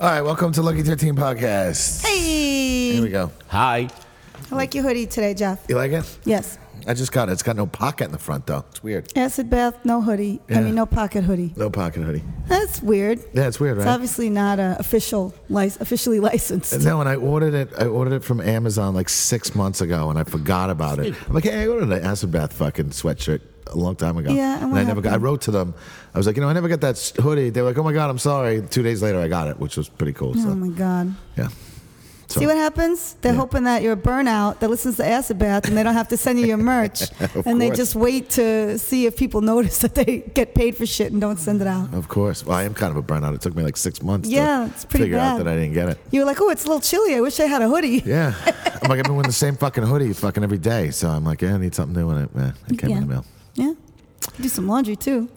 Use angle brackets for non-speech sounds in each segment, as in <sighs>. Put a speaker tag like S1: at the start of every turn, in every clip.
S1: All right, welcome to Lucky 13 Podcast.
S2: Hey,
S1: Here we go.
S3: Hi.
S2: I like your hoodie today, Jeff.
S1: You like it?
S2: Yes,
S1: I just got it. It's got no pocket in the front, though. It's weird.
S2: acid bath, no hoodie.
S1: Yeah.
S2: I mean, no pocket hoodie.
S1: No pocket hoodie.
S2: That's weird.
S1: Yeah, it's weird,
S2: It's
S1: right?
S2: obviously not uh, official, lic- officially licensed.
S1: No, and I ordered it. I ordered it from Amazon like six months ago, and I forgot about it. I'm like, hey, I ordered an acid bath fucking sweatshirt a long time ago.
S2: Yeah, and
S1: and,
S2: what
S1: I never got. I
S2: happened?
S1: wrote to them. I was like, you know, I never got that s- hoodie. They were like, oh my god, I'm sorry. Two days later, I got it, which was pretty cool.
S2: Oh
S1: So
S2: my God.
S1: yeah, So-
S2: See what happens? They're
S1: Yeah.
S2: hoping that you're a burnout that listens to acid bath and they don't have to send you
S1: <laughs>
S2: your merch. and they
S1: course.
S2: just wait to see if people notice that they get paid for shit and don't send it out.
S1: of course. Well, I am kind of a burnout. It took me like six months. to
S2: Yeah, it's pretty
S1: figure out
S2: bad.
S1: that I didn't get it.
S2: You were like, oh, it's a little chilly. I wish I had a hoodie.
S1: Yeah, I'm like, I've been wearing the same fucking hoodie fucking every day. So I'm like, yeah, I need something new, and it, eh, it came
S2: Yeah.
S1: in the mail.
S2: Yeah. Do some laundry too.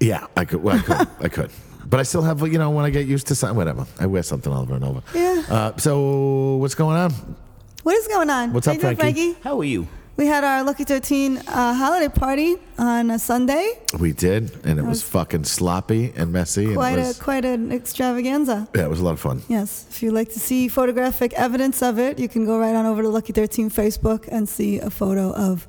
S1: Yeah, I could. Well, I could. I could. But I still have, you know, when I get used to something, whatever. I wear something over and over.
S2: Yeah.
S1: Uh, so what's going on?
S2: What is going on?
S1: What's
S2: How
S1: up,
S2: you doing,
S1: Frankie?
S3: How are you?
S2: We had our Lucky 13 uh, holiday party on a Sunday.
S1: We did, and it was, fucking sloppy and messy.
S2: Quite
S1: and it was,
S2: a quite an extravaganza.
S1: yeah, it was a lot of fun.
S2: Yes, if you'd like to see photographic evidence of it, you can go right on over to Lucky 13 Facebook and see a photo of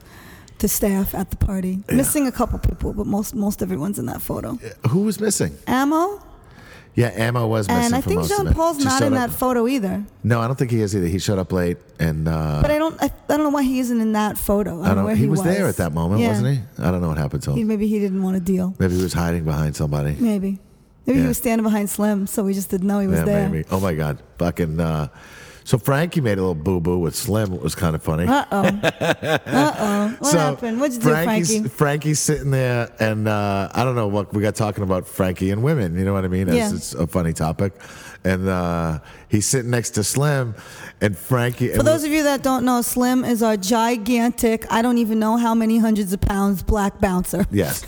S2: the staff at the party. Missing a couple people, but most most everyone's in that photo.
S1: Uh, Who was missing?
S2: Ammo,
S1: Yeah, Ammo was missing.
S2: and I
S1: for
S2: think
S1: most of
S2: Jean
S1: it.
S2: Paul's
S1: She
S2: not
S1: showed
S2: in
S1: up-
S2: that photo either.
S1: No, I don't think he is either. He showed up late, and uh,
S2: But I don't I, I don't know why he isn't in that photo.
S1: I
S2: I don't know
S1: don't.
S2: where
S1: he,
S2: he,
S1: was, there at that moment,
S2: Yeah.
S1: wasn't he? I don't know what happened to him.
S2: He- Maybe he didn't want to deal.
S1: Maybe he was hiding behind somebody.
S2: Maybe. Maybe
S1: Yeah.
S2: he was standing behind Slim, so we just didn't know he was
S1: yeah,
S2: there.
S1: maybe. Oh my God, fucking. Uh, so Frankie made a little boo boo with Slim. It was kind of funny.
S2: Uh
S1: <laughs>
S2: oh. Uh oh. What
S1: so
S2: happened? What'd you
S1: Frankie's,
S2: do, Frankie?
S1: Frankie's sitting there, and uh, I don't know what we got talking about Frankie and women. You know what I mean? It's-
S2: Yeah.
S1: It's a funny topic, and uh, he's sitting next to Slim, and Frankie.
S2: For those of you that don't know, Slim is our gigantic, I don't even know how many hundreds of pounds black bouncer. <laughs>
S1: Yes.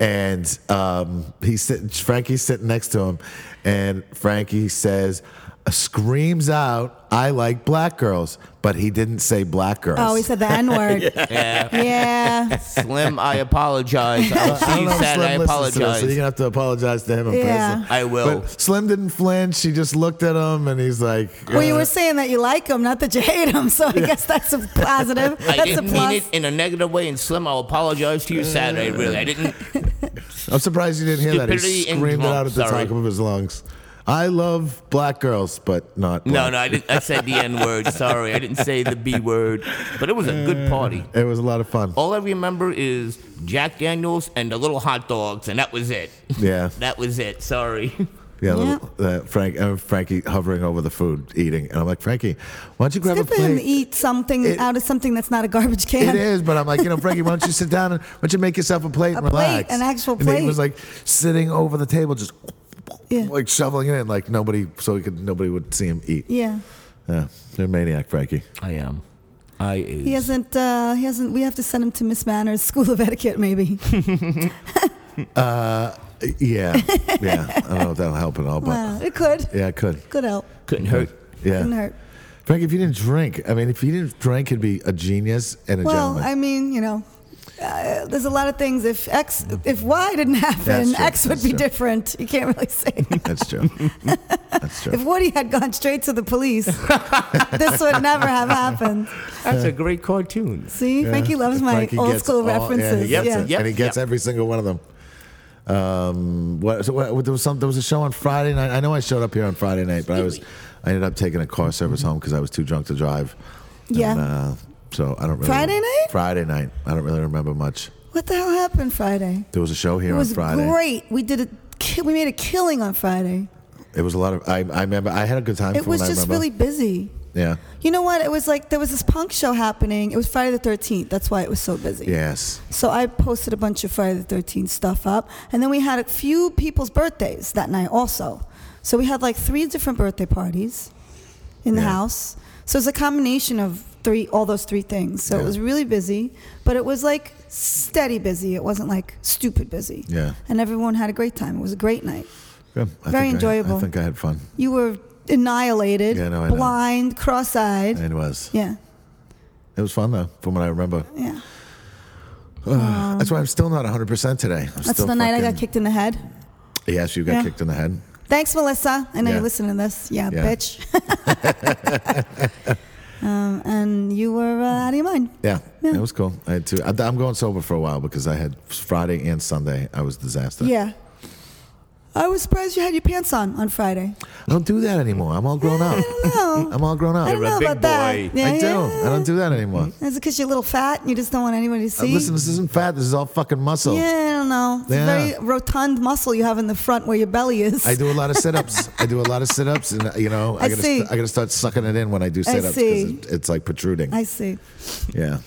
S1: and um, he's sitting, Frankie's sitting next to him, and Frankie says, screams out, I like black girls, but he didn't say black girls.
S2: Oh, he said the
S1: <laughs>
S2: N word.
S3: Yeah.
S2: yeah.
S3: Slim, I
S1: <laughs>
S3: apologize. I'll
S1: I
S3: see
S1: don't
S3: you
S1: know if
S3: Saturday. I
S1: Uh, Slim listens to this, so you're
S3: apologize.
S1: gonna have to apologize to him in
S2: Yeah.
S1: person.
S3: I will.
S1: But Slim didn't flinch. She just looked at him, and he's like,
S2: Well, you
S1: uh,
S2: were saying that you like him, not that you hate him. So I guess that's a positive.
S3: I
S2: That's a
S3: didn't mean
S2: plus.
S3: it in a negative way, and Slim, I'll apologize to you Saturday. Really,
S1: <laughs>
S3: I didn't.
S1: I'm surprised you didn't hear that." He
S3: Stupidity and
S1: screamed it out at the
S3: drunk, sorry.
S1: top of his lungs. I love black girls, but not.
S3: No,
S1: black.
S3: no, I didn't. I said the N word. Sorry, I didn't say the B word. But it was a good
S1: Uh.
S3: party.
S1: It was a lot of fun.
S3: All I remember is Jack Daniels and the little hot dogs, and that was it.
S1: Yeah,
S3: That was it. Sorry.
S1: yeah. Little, uh, Frank, uh, Frankie hovering over the food, eating, and I'm like, Frankie, why don't you grab
S2: It's good
S1: a
S2: for him to
S1: plate?
S2: eat something
S1: It-
S2: out of something that's not a garbage
S1: It
S2: can.
S1: is, but I'm like, you know, Frankie, why don't you sit down and why don't you make yourself a plate and
S2: A plate,
S1: relax?
S2: an actual
S1: And he
S2: plate.
S1: was like sitting over the table, just
S2: Yeah.
S1: like shoveling it in, like nobody, so he could nobody would see him eat.
S2: Yeah.
S1: Yeah, they're maniac, Frankie.
S3: I am. I is.
S2: He hasn't, uh, he hasn't, we have to send him to Miss Manners School of
S1: <laughs>
S2: Etiquette, maybe.
S1: Uh, Yeah, <laughs> yeah. I don't know if that'll help at all, but
S2: Wow. Uh, It could.
S1: yeah, it could.
S2: Could help.
S1: <laughs>
S3: Couldn't hurt.
S1: Yeah,
S2: Couldn't hurt.
S1: Frankie, if you didn't drink, I mean, if you didn't drink, he'd be a genius and a
S2: Well,
S1: gentleman.
S2: I mean, you know, uh, there's a lot of things. If X, if Y didn't
S1: That's
S2: happen,
S1: true,
S2: X would
S1: that's
S2: be
S1: true.
S2: different. You can't
S1: <laughs>
S2: really say. that.
S1: That's true. That's true.
S2: if Woody had gone straight to the police, <laughs> this would never have happened.
S3: That's a great cartoon.
S2: See, Frankie loves my
S1: Frankie
S2: old
S1: gets
S2: school
S1: all- yeah,
S2: references.
S1: he gets
S2: yeah.
S1: it, and he gets
S3: Yep.
S1: every single one of them. Um, what, so what, there was some. There was a show on Friday night. I know I showed up here on Friday night, but I was. I ended up taking a car service home because I was too drunk to drive.
S2: Yeah.
S1: And, uh, so I don't really.
S2: Friday night?
S1: Friday night. I don't really remember much.
S2: What the hell happened Friday?
S1: There was a show here
S2: It was
S1: on Friday.
S2: great. We did a, ki- we made a killing on Friday.
S1: It was a lot of. I, I remember. I had a good time.
S2: It
S1: from
S2: was
S1: what I
S2: just
S1: remember.
S2: really busy.
S1: Yeah.
S2: You know what? It was like there was this punk show happening. It was Friday the 13th. That's why it was so busy.
S1: Yes.
S2: So I posted a bunch of Friday the 13th stuff up. And then we had a few people's birthdays that night also. So we had like three different birthday parties in the
S1: Yeah.
S2: house. So it was a combination of three, all those three things. So
S1: Yeah.
S2: it was really busy, but it was like steady busy. It wasn't like stupid busy.
S1: Yeah.
S2: And everyone had a great time. It was a great night.
S1: Good. I
S2: Very
S1: think I- I
S2: enjoyable.
S1: think I had fun.
S2: You were annihilated,
S1: Yeah, no, I know.
S2: blind, cross eyed.
S1: It was.
S2: Yeah.
S1: It was fun though, from what I remember.
S2: Yeah.
S1: <sighs> That's why I'm still not 100 percent today. I'm
S2: That's
S1: still
S2: the night I
S1: fucking-
S2: got kicked in the head.
S1: Yes, you got
S2: Yeah.
S1: kicked in the head.
S2: Thanks, Melissa. I know
S1: Yeah.
S2: you're listening to this. Yeah,
S1: Yeah. <laughs>
S2: bitch. um, and you were uh, out of your mind.
S1: Yeah,
S2: Yeah.
S1: it was cool. I had two. I, I'm going sober for a while because I had Friday and Sunday. I was disaster.
S2: Yeah. I was surprised you had your pants on on Friday.
S1: I don't do that anymore. I'm all grown
S2: <laughs>
S1: up. <laughs>
S2: No.
S1: I'm all grown up.
S2: I don't
S3: You're a
S2: know
S3: big
S2: about that.
S3: boy.
S1: I do. I don't do that anymore.
S2: Is it because you're a little fat and you just don't want anybody to
S1: Uh,
S2: see?
S1: Listen, this isn't fat. This is all fucking muscle.
S2: yeah, I don't know. It's
S1: Yeah.
S2: a very rotund muscle you have in the front where your belly is.
S1: I do a lot of sit-ups. I do a lot of sit-ups, and uh, you know, I,
S2: I
S1: gotta,
S2: see.
S1: st- I gotta start sucking it in when I do sit-ups
S2: see.
S1: it, it's like protruding.
S2: <laughs> I see.
S1: yeah,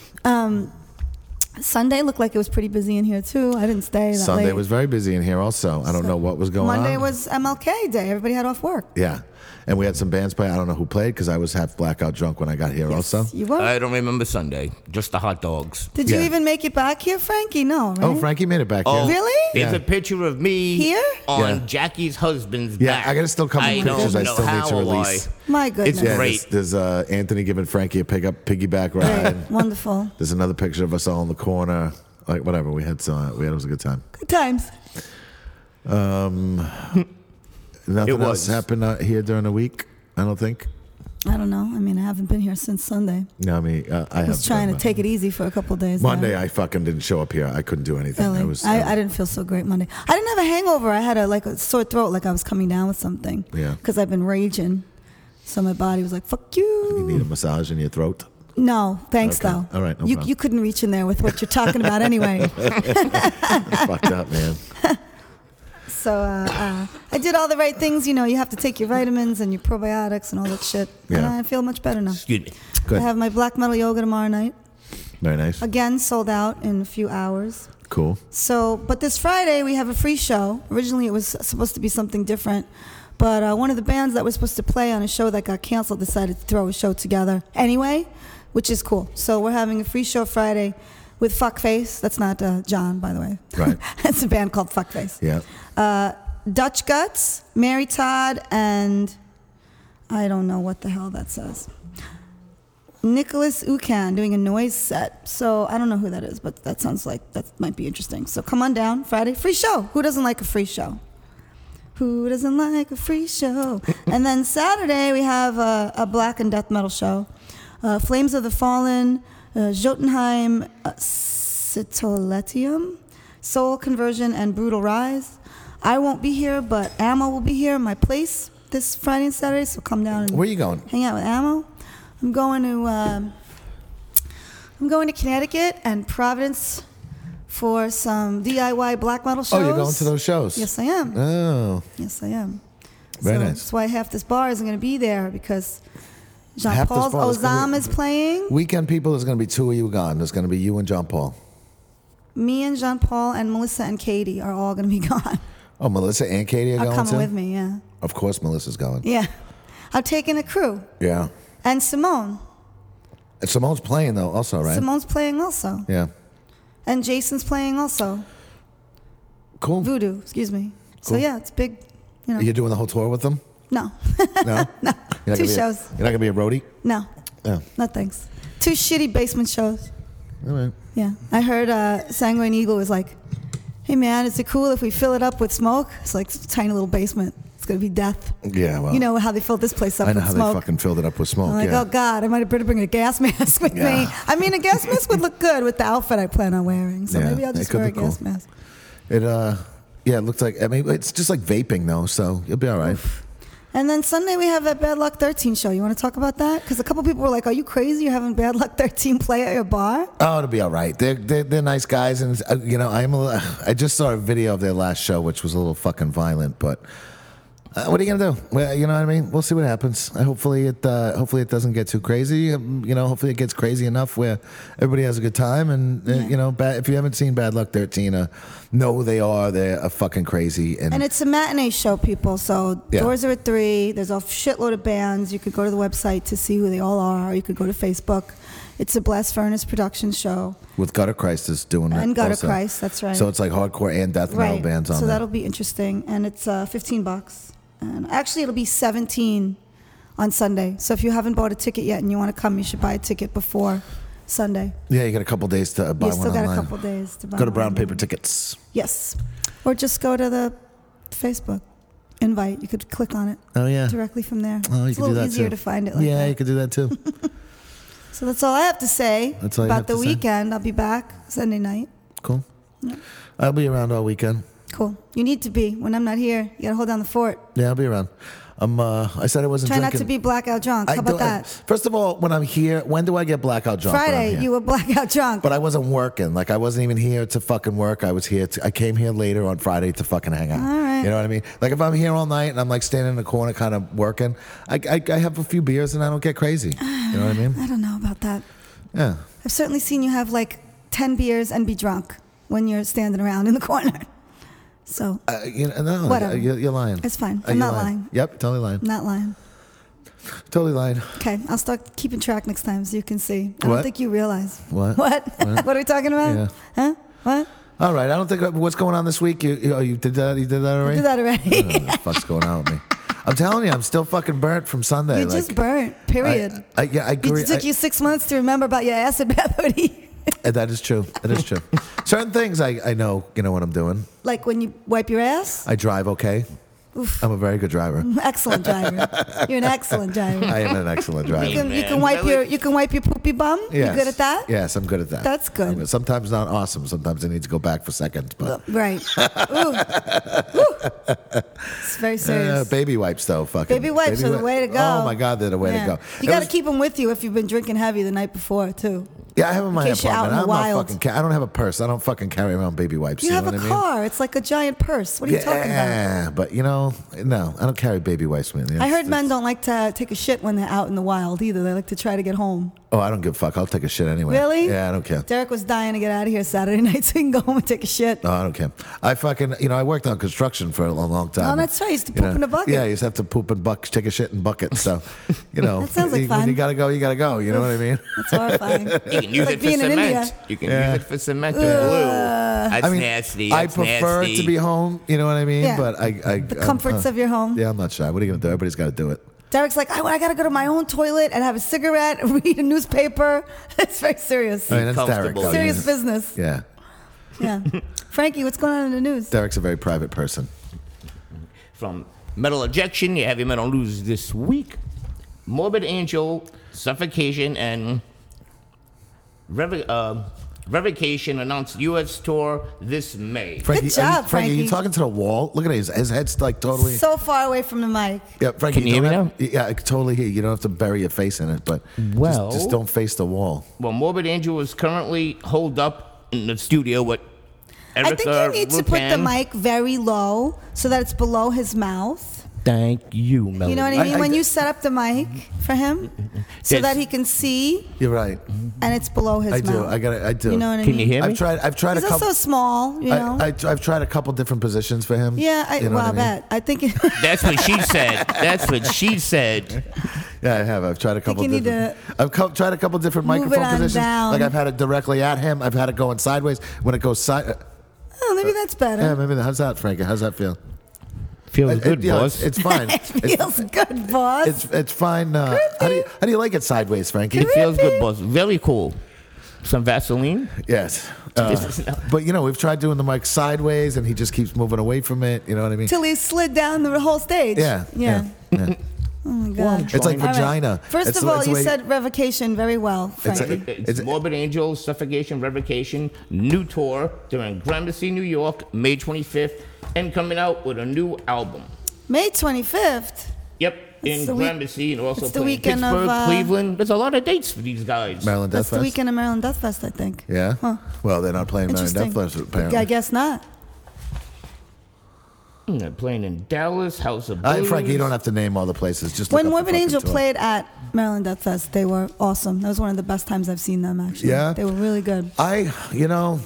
S2: Sunday looked like it was pretty busy in here too. I didn't stay that
S1: Sunday
S2: late.
S1: was very busy in here. Also, I don't know what was going
S2: Monday
S1: on.
S2: was MLK day. Everybody had off work.
S1: yeah, and we had some bands play. I don't know who played because I was half blackout drunk when I got here. Also,
S2: You were.
S3: I don't remember Sunday. Just the hot dogs.
S2: Did you
S1: yeah.
S2: even make it back here, Frankie? No, right?
S1: oh, Frankie made it back
S3: Oh,
S1: here.
S2: Really?
S3: There's
S1: Yeah.
S3: a picture of me
S2: Here?
S3: on
S1: Yeah.
S3: Jackie's husband's
S1: Yeah,
S3: back.
S1: I gotta still come up
S3: I
S1: with pictures.
S3: don't
S1: I
S3: know
S1: still need
S3: how
S1: to
S3: or
S1: release.
S3: why.
S2: My goodness.
S1: Yeah,
S3: great.
S1: there's, there's uh, Anthony giving Frankie a pick up, piggyback ride.
S2: Right. Wonderful.
S1: There's another picture of us all in the corner. Like whatever, we had so we had it was a good time.
S2: Good times.
S1: Nothing
S3: It
S1: else
S3: was.
S1: happened out here during the week. I don't think.
S2: I don't know. I mean, I haven't been here since Sunday.
S1: No, I mean uh, I
S2: I was
S1: have
S2: trying to
S1: but-
S2: take it easy for a couple days. now.
S1: Monday. I fucking didn't show up here. I couldn't do anything.
S2: Really?
S1: I was. uh,
S2: I, I didn't feel so great Monday. I didn't have a hangover. I had a like a sore throat, like I was coming down with something.
S1: Yeah.
S2: Because I've been raging, so my body was like, "Fuck
S1: You
S2: you."
S1: need a massage in your
S2: <laughs>
S1: throat.
S2: No, thanks
S1: Okay.
S2: though.
S1: All right, no
S2: you
S1: problem.
S2: you couldn't reach in there with what you're talking about
S1: <laughs>
S2: anyway.
S1: Fucked up, man.
S2: So uh, uh, I did all the right things. You know, you have to take your vitamins and your probiotics and all that shit. And
S1: Yeah.
S2: I feel much better now.
S3: Excuse me.
S1: Good.
S2: I have my black metal yoga tomorrow night.
S1: Very nice.
S2: Again, sold out in a few hours.
S1: Cool.
S2: So, but this Friday we have a free show. Originally it was supposed to be something different, but uh, one of the bands that was supposed to play on a show that got canceled decided to throw a show together anyway, which is cool. So we're having a free show Friday with Fuckface. That's not uh, John, by the way.
S1: Right.
S2: <laughs> That's a band called Fuckface.
S1: Yeah.
S2: Uh, Dutch Guts, Mary Todd, and I don't know what the hell that says. Nicholas Ukan doing a noise set. So I don't know who that is, but that sounds like that might be interesting. So come on down Friday, free show. Who doesn't like a free show? Who doesn't like a free show? and then Saturday we have a, a black and death metal show. Uh, Flames of the Fallen, uh, Jotunheim, uh, Citoletium, Soul Conversion, and Brutal Rise. I won't be here, but Ammo will be here, my place, this Friday and Saturday. So come down and
S1: Where you going?
S2: hang out with Ammo. I'm going to um, I'm going to Connecticut and Providence for some DIY black metal shows.
S1: Oh, you're going to those shows?
S2: Yes, I am.
S1: Oh,
S2: Yes, I am.
S1: Very
S2: so
S1: nice.
S2: That's why half this bar isn't going to be there because Jean
S1: Half this
S2: Paul
S1: bar is gonna
S2: Ozam
S1: be-
S2: is playing.
S1: weekend people. There's going to be two of you gone. There's going to be you and John Paul.
S2: Me and Jean Paul and Melissa and Katie are all going to be <laughs> gone.
S1: Oh, Melissa and Katie are
S2: Are
S1: going
S2: coming
S1: too?
S2: with me, yeah.
S1: Of course, Melissa's going.
S2: Yeah. I've taken a crew.
S1: Yeah.
S2: And Simone.
S1: And Simone's playing though, also, right?
S2: Simone's playing also.
S1: Yeah.
S2: And Jason's playing also.
S1: Cool.
S2: Voodoo, excuse me. So
S1: Cool.
S2: yeah, it's big, you know.
S1: You're doing the whole tour with them?
S2: <laughs> No,
S1: No. no.
S2: Two shows.
S1: you're not gonna be a roadie.
S2: no,
S1: Yeah.
S2: no thanks. Two shitty basement shows.
S1: All right.
S2: Yeah, I heard uh, Sanguine Eagle was like, "Hey man, is it cool if we fill it up with smoke?" It's like a tiny little basement. It's gonna be death.
S1: Yeah. Well.
S2: You know how they filled this place up
S1: Uh, I know
S2: with
S1: how
S2: smoke.
S1: they fucking filled it up with smoke.
S2: I'm like,
S1: yeah.
S2: oh God, I might have better bring a gas <laughs> mask with me.
S1: Yeah.
S2: I mean, a gas mask would look good with the outfit I plan on wearing. So
S1: Yeah,
S2: maybe I'll
S1: that
S2: just
S1: could
S2: wear a
S1: be
S2: gas
S1: cool.
S2: mask.
S1: It uh, yeah, it looks like. I mean, it's just like vaping though, so you'll be all right.
S2: And then Sunday we have that Bad Luck 13 show. You want to talk about that? Because a couple people were like, "Are you crazy? You're having Bad Luck 13 <laughs> play at your bar?"
S1: Oh, it'll be all right. They're they're, they're nice guys, and uh, you know, I'm a, li- <sighs> I just saw a video of their last show, which was a little fucking violent, but. Uh, what are you gonna do? Well, you know what I mean. We'll see what happens. Uh, hopefully, it uh, hopefully it doesn't get too crazy. Um, you know, hopefully it gets crazy enough where everybody has a good time. And uh, you know, bad, if you haven't seen Bad Luck Thirteen, uh, know they are. They're uh, fucking crazy. And,
S2: And it's a matinee show, people. So
S1: Yeah.
S2: doors are at three. There's a shitload of bands. You could go to the website to see who they all are. Or you could go to Facebook. It's a Blast Furnace production show
S1: with Gutter Christ is doing it
S2: and Gutter
S1: also.
S2: Christ. That's right.
S1: So it's like hardcore and death metal
S2: right.
S1: bands on
S2: so
S1: there.
S2: that'll be interesting. And it's uh, 15 bucks. And actually, it'll be 17 on Sunday. So if you haven't bought a ticket yet and you want to come, you should buy a ticket before Sunday.
S1: Yeah, you got a couple days to buy
S2: you
S1: one
S2: still got
S1: online.
S2: a couple days to buy.
S1: Go to
S2: one.
S1: Brown Paper Tickets.
S2: Yes, or just go to the Facebook. invite. You could click on it
S1: Oh yeah.
S2: directly from there.
S1: Oh, you
S2: it's
S1: can do
S2: a little
S1: that
S2: easier
S1: too.
S2: to find it. Like
S1: yeah,
S2: that.
S1: you could do that
S2: <laughs>
S1: too.
S2: So that's all I have to say
S1: That's all you have
S2: about the
S1: to say?
S2: weekend. I'll be back Sunday night.
S1: cool. I'll be around all weekend.
S2: Cool. You need to be when I'm not here. You gotta hold down the fort.
S1: Yeah, I'll be around. Um, uh, I said I wasn't
S2: Try
S1: drinking.
S2: not to be blackout drunk. How
S1: I
S2: about
S1: don't-
S2: that?
S1: First of all, when I'm here, when do I get blackout drunk? when I'm
S2: Friday,
S1: here?
S2: you were <laughs> blackout drunk.
S1: But I wasn't working. Like I wasn't even here to fucking work. I was here. To, I came here later on Friday to fucking hang out.
S2: All right.
S1: You know what I mean? Like if I'm here all night and I'm like standing in the corner, kind of working, I, I, I have a few beers and I don't get crazy. You know what I
S2: <sighs>
S1: mean?
S2: I don't know about that.
S1: Yeah.
S2: I've certainly seen you have like 10 beers and be drunk when you're standing around in the <laughs> corner. So,
S1: Uh, you know, no,
S2: Whatever.
S1: You're, you're lying.
S2: It's fine.
S1: Uh,
S2: I'm
S1: you're
S2: not lying.
S1: Yep, totally lying.
S2: not lying.
S1: Totally lying.
S2: Okay, I'll start keeping track next time so you can see. I
S1: What?
S2: don't think you realize.
S1: What?
S2: <laughs> What? what are we talking about?
S1: Yeah.
S2: Huh? What?
S1: All right. I don't think what's going on this week. You you, oh, you did that. You did that
S2: I
S1: already.
S2: did that already.
S1: <laughs>
S2: <laughs>
S1: What the fuck's going on with me? I'm telling you, I'm still fucking burnt from Sunday.
S2: You're
S1: like,
S2: just burnt, period.
S1: I, I, yeah, I
S2: it
S1: agree.
S2: took
S1: I-
S2: you six months to remember about your acid <laughs> bath hoodie.
S1: Uh, That is true. That is
S2: <laughs>
S1: true. Certain things I, I know, you know what I'm doing.
S2: like when you wipe your ass? <laughs>
S1: I drive okay. I'm a very good driver.
S2: Excellent driver. You're an
S1: <laughs>
S2: excellent driver.
S1: I am an excellent
S2: You
S1: driver.
S2: can, you
S3: Amen.
S2: can wipe
S3: That
S2: your
S3: was-
S2: you can wipe your poopy bum.
S1: Yes.
S2: You good at that?
S1: Yes, I'm good at that.
S2: That's good.
S1: I'm Sometimes not awesome. Sometimes I need to go back for seconds. But <laughs>
S2: Right. Ooh. Ooh. It's very serious.
S1: Uh, baby wipes though, fucking
S2: Baby wipes are the
S1: wi-
S2: way to go.
S1: Oh my god, they're the way
S2: Yeah.
S1: to go. It
S2: You got to
S1: was-
S2: keep them with you if you've been drinking heavy the night before too.
S1: Yeah, I have them in my
S2: case you're out
S1: apartment.
S2: in
S1: I'm
S2: the
S1: not
S2: wild.
S1: fucking. Ca- I don't have a purse. I don't fucking carry around baby wipes.
S2: You,
S1: You,
S2: have
S1: know
S2: a
S1: what I mean?
S2: car. It's like a giant purse. What are you talking about?
S1: Yeah, but you know, no, I don't carry baby wipes with me.
S2: I
S1: It's-
S2: heard men
S1: it's-
S2: don't like to take a shit when they're out in the wild either. They like to try to get home.
S1: Oh, I don't give a fuck. I'll take a shit anyway.
S2: Really?
S1: Yeah, I don't care.
S2: Derek was dying to get out of here Saturday <laughs> night so he can go home and take a shit.
S1: No, I don't care. I fucking, you know, I worked on construction for a long, long time.
S2: Oh, that's right. You used to
S1: You
S2: poop
S1: know,
S2: in a bucket.
S1: Yeah, you just have to poop in buckets, take a shit in buckets. So,
S2: <laughs>
S1: you know,
S2: That sounds like
S1: you,
S2: fun.
S1: When you gotta go, you gotta go. You know what I mean?
S2: That's
S1: <laughs>
S2: horrifying.
S3: You can use
S2: like
S3: it for
S2: being in
S3: cement.
S2: India.
S3: You can
S1: Yeah.
S3: use it for cement and glue. That's
S1: I mean,
S3: nasty.
S1: I
S3: That's
S1: prefer
S3: nasty.
S1: to be home. You know what I mean?
S2: Yeah.
S1: But I, I
S2: The comforts of your home.
S1: Yeah, I'm not shy. What are you gonna do? Everybody's got to do it.
S2: Derek's like, I, I gotta go to my own toilet and have a cigarette, <laughs> read a newspaper. <laughs> It's very serious.
S1: I mean, that's Derek.
S3: comfortable.
S1: though.
S2: serious
S1: He's-
S2: business.
S1: Oh, Yeah, <laughs>
S2: Yeah. Frankie, what's going on in the news?
S1: Derek's a very private person.
S3: From metal ejection, you have your metal news this week. Morbid angel, suffocation, and rev- uh, revocation announced U.S. tour this May.
S1: Frankie, are you,
S2: job,
S1: Frankie, Are you
S2: Frankie.
S1: talking to the wall? Look at his his head's like totally.
S2: So far away from the mic.
S1: yeah, Frankie,
S3: Can you
S1: don't
S3: hear me
S1: have- Yeah, I can totally hear you. You don't have to bury your face in it, but just-
S3: Well-
S1: just don't face the wall.
S3: Well, Morbid Angel is currently holed up in the studio with Erica
S2: I think you need to put the
S3: Rutan.
S2: mic very low so that it's below his mouth.
S3: Thank you, Melody.
S2: You know what I
S1: I-
S2: mean?
S1: I-
S2: when you set up the mic for him so that he can see
S1: You're right.
S2: and it's below his
S1: I
S2: mouth.
S1: do. I got. to I do.
S2: You know what I
S3: Can
S2: mean?
S3: you hear me?
S1: I've tried. I've tried
S2: He's
S1: a couple.
S2: also small, you know?
S1: I, I, I've tried a couple different positions for him.
S2: yeah, I,
S1: You know
S2: well, I,
S1: what mean?
S2: bet. I think, I
S1: <laughs>
S3: That's what she said. That's what she said.
S1: Yeah, I have. I've tried a couple.
S2: you need
S1: different, I've co- tried a couple different
S2: move it
S1: microphone
S2: on
S1: positions.
S2: down.
S1: Like I've had it directly at him. I've had it going sideways. When it goes side,
S2: <laughs> oh, maybe that's
S1: yeah,
S2: better.
S1: maybe. How's that, Frankie? How's that feel?
S3: Feels
S1: It- you know, It's, it's
S2: <laughs>
S1: fine.
S2: it feels good, boss.
S1: It's it's fine. Uh, how do you how do you like it sideways, Frankie?
S3: It feels good, boss. Very cool. Some Vaseline.
S1: <laughs>
S2: <laughs>
S1: Yes. Uh, but you know, we've tried doing the mic sideways, and he just keeps moving away from it. You know what I mean?
S2: Till he slid down the whole stage.
S1: Yeah.
S2: Yeah.
S1: yeah, yeah.
S2: Oh, my God. <laughs>
S1: It's like
S3: All
S2: All right.
S1: vagina.
S2: First
S1: It's-
S2: of all,
S1: it's the
S2: you
S1: way-
S2: said revocation very well,
S1: It's
S2: Frankie.
S1: a-
S3: It's
S1: it's-
S3: Morbid Angel, Suffocation, Revocation, new tour. They're in Gramercy, New York, May 25th, and coming out with a new album.
S2: May 25th.
S3: Yep, in
S2: It's the week-
S3: Gramercy, and also
S2: it's the
S3: playing
S2: weekend of,
S3: Pittsburgh,
S2: uh,
S3: Cleveland. There's a lot of dates for these guys.
S1: Maryland
S2: That's
S1: Death
S2: the
S1: Fest?
S2: weekend of Maryland Death Fest, I think.
S1: Yeah.
S2: Huh.
S1: Well, they're not playing Maryland
S2: Interesting.
S1: Death Fest apparently.
S2: I guess not.
S3: Mm, They're playing in Dallas, House of
S1: All
S3: Blues.
S1: right, Frankie, you don't have to name all the places. Just
S2: When
S1: look up the
S2: Morbid
S1: fucking
S2: Angel
S1: tour.
S2: played at Maryland Death Fest, they were awesome. That was one of the best times I've seen them, actually.
S1: Yeah?
S2: They were really good.
S1: I, you know,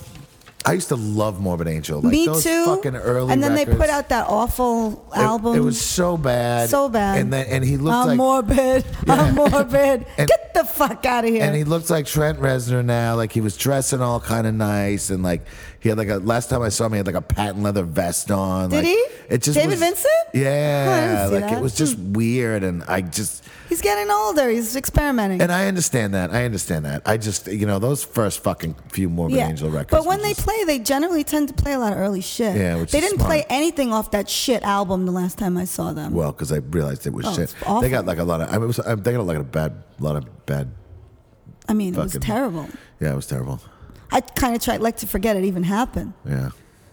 S1: I used to love Morbid Angel. Like
S2: Me
S1: those
S2: too.
S1: Fucking early.
S2: and then they put
S1: records.
S2: out that awful
S1: It-
S2: album.
S1: It, was so bad.
S2: so bad. Uh,
S1: And then and he looked
S2: I'm
S1: like <laughs>
S2: morbid. I'm morbid.
S1: And-
S2: Get the fuck out of here.
S1: and he looked like Trent Reznor now. Like he was dressing all kind of nice and like he had like a last time I saw him he had like a patent leather vest on.
S2: Did
S1: like,
S2: he?
S1: It just
S2: David
S1: was-
S2: Vincent? Oh, I
S1: Yeah.
S2: didn't see
S1: like
S2: that. Hmm.
S1: it was just weird and I just
S2: He's getting older. He's experimenting.
S1: and I understand that. I understand that. I just you know, those first fucking few Morbid Angel records.
S2: But when
S1: were
S2: they
S1: just-
S2: played LA, they generally tend to play a lot of early shit.
S1: Yeah, which
S2: they
S1: is
S2: didn't
S1: smart.
S2: play anything off that shit album the last time I saw them.
S1: Well, because I realized it was
S2: Oh,
S1: shit.
S2: it's awful.
S1: They got like a lot of. I mean, it was, I'm thinking of like a bad, lot of bad.
S2: I mean, it was
S1: fucking-
S2: terrible.
S1: Yeah, it was terrible.
S2: I kind of tried like to forget it even happened.
S1: Yeah.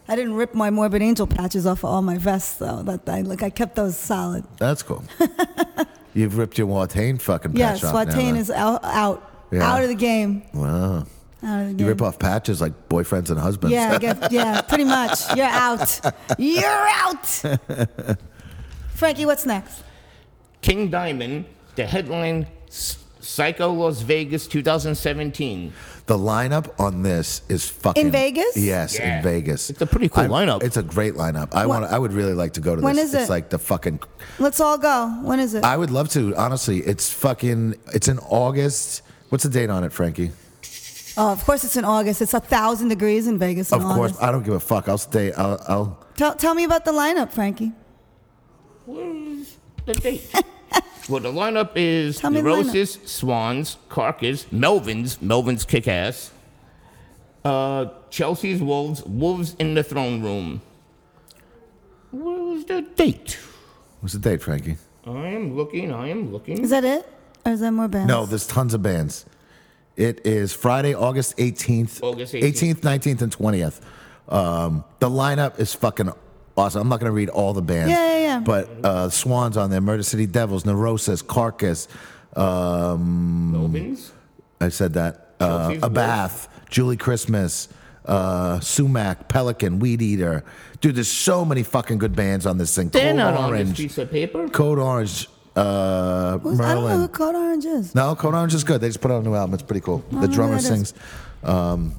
S2: I didn't rip my Morbid Angel patches off of all my vests though. That I like I kept those solid.
S1: That's
S2: <laughs>
S1: cool. You've ripped your Watane fucking
S2: Yeah,
S1: patch off. now,
S2: Swatane
S1: huh?
S2: is out out,
S1: Yeah.
S2: out of the game.
S1: Wow.
S2: Out of the
S1: You
S2: game.
S1: rip off patches like boyfriends and husbands.
S2: Oh, yeah, I guess, yeah, pretty much. You're out. You're
S1: <laughs>
S2: out. Frankie, what's next?
S3: King Diamond, the headline S- Psycho Las Vegas 2017.
S1: <laughs> The lineup on this is fucking
S2: In Vegas?
S1: Yes,
S3: Yeah.
S1: in Vegas.
S3: It's a pretty cool
S1: I'm-
S3: lineup.
S1: It's a great lineup. I
S2: When-
S1: want. I would really like to go to
S2: When
S1: this.
S2: is
S1: it's
S2: it?
S1: like the fucking.
S2: Let's all go. When is it?
S1: I would love to. Honestly, it's fucking. It's in August. What's the date on it, Frankie?
S2: oh, of course it's in August. It's a thousand degrees in Vegas in
S1: of course,
S2: August.
S1: I don't give a fuck. I'll stay. I'll. I'll
S2: Tell, tell me about the lineup, Frankie.
S3: Where's the date?
S2: <laughs>
S3: well, the lineup is
S2: Tell me the lineup.
S3: Neurosis, Swans, Carcass, Melvins, Melvins kick ass, uh, Chelsea's Wolves, Wolves in the Throne Room. Where's the date?
S1: what's the date, Frankie?
S3: I am looking, I am looking.
S2: Is that it? Or is that more bands?
S1: No, there's tons of bands. It is Friday, August 18th.
S3: August 18th.
S1: 18th, 19th, and 20th. Um, the lineup is fucking awesome. I'm not going to read all the bands.
S2: Yeah, yeah, yeah.
S1: But uh, Swans on there, Murder City Devils, Neurosis, Carcass. Um,
S3: Melvins?
S1: I said that. Uh,
S3: Chelsea's
S1: a Bath, Julie Christmas, uh, Sumac, Pelican, Weed Eater. Dude, there's so many fucking good bands on this thing.
S3: They're
S1: Code
S3: not on this
S1: Orange.
S3: piece of paper.
S1: Code Orange. Uh,
S2: Who's- I don't know who
S1: Merlin.
S2: Code Orange is.
S1: No, Code Orange is good. They just put out a new album. It's pretty cool.
S2: don't
S1: The
S2: know who
S1: drummer
S2: Oh, that is. Hmm.
S1: sings. Um,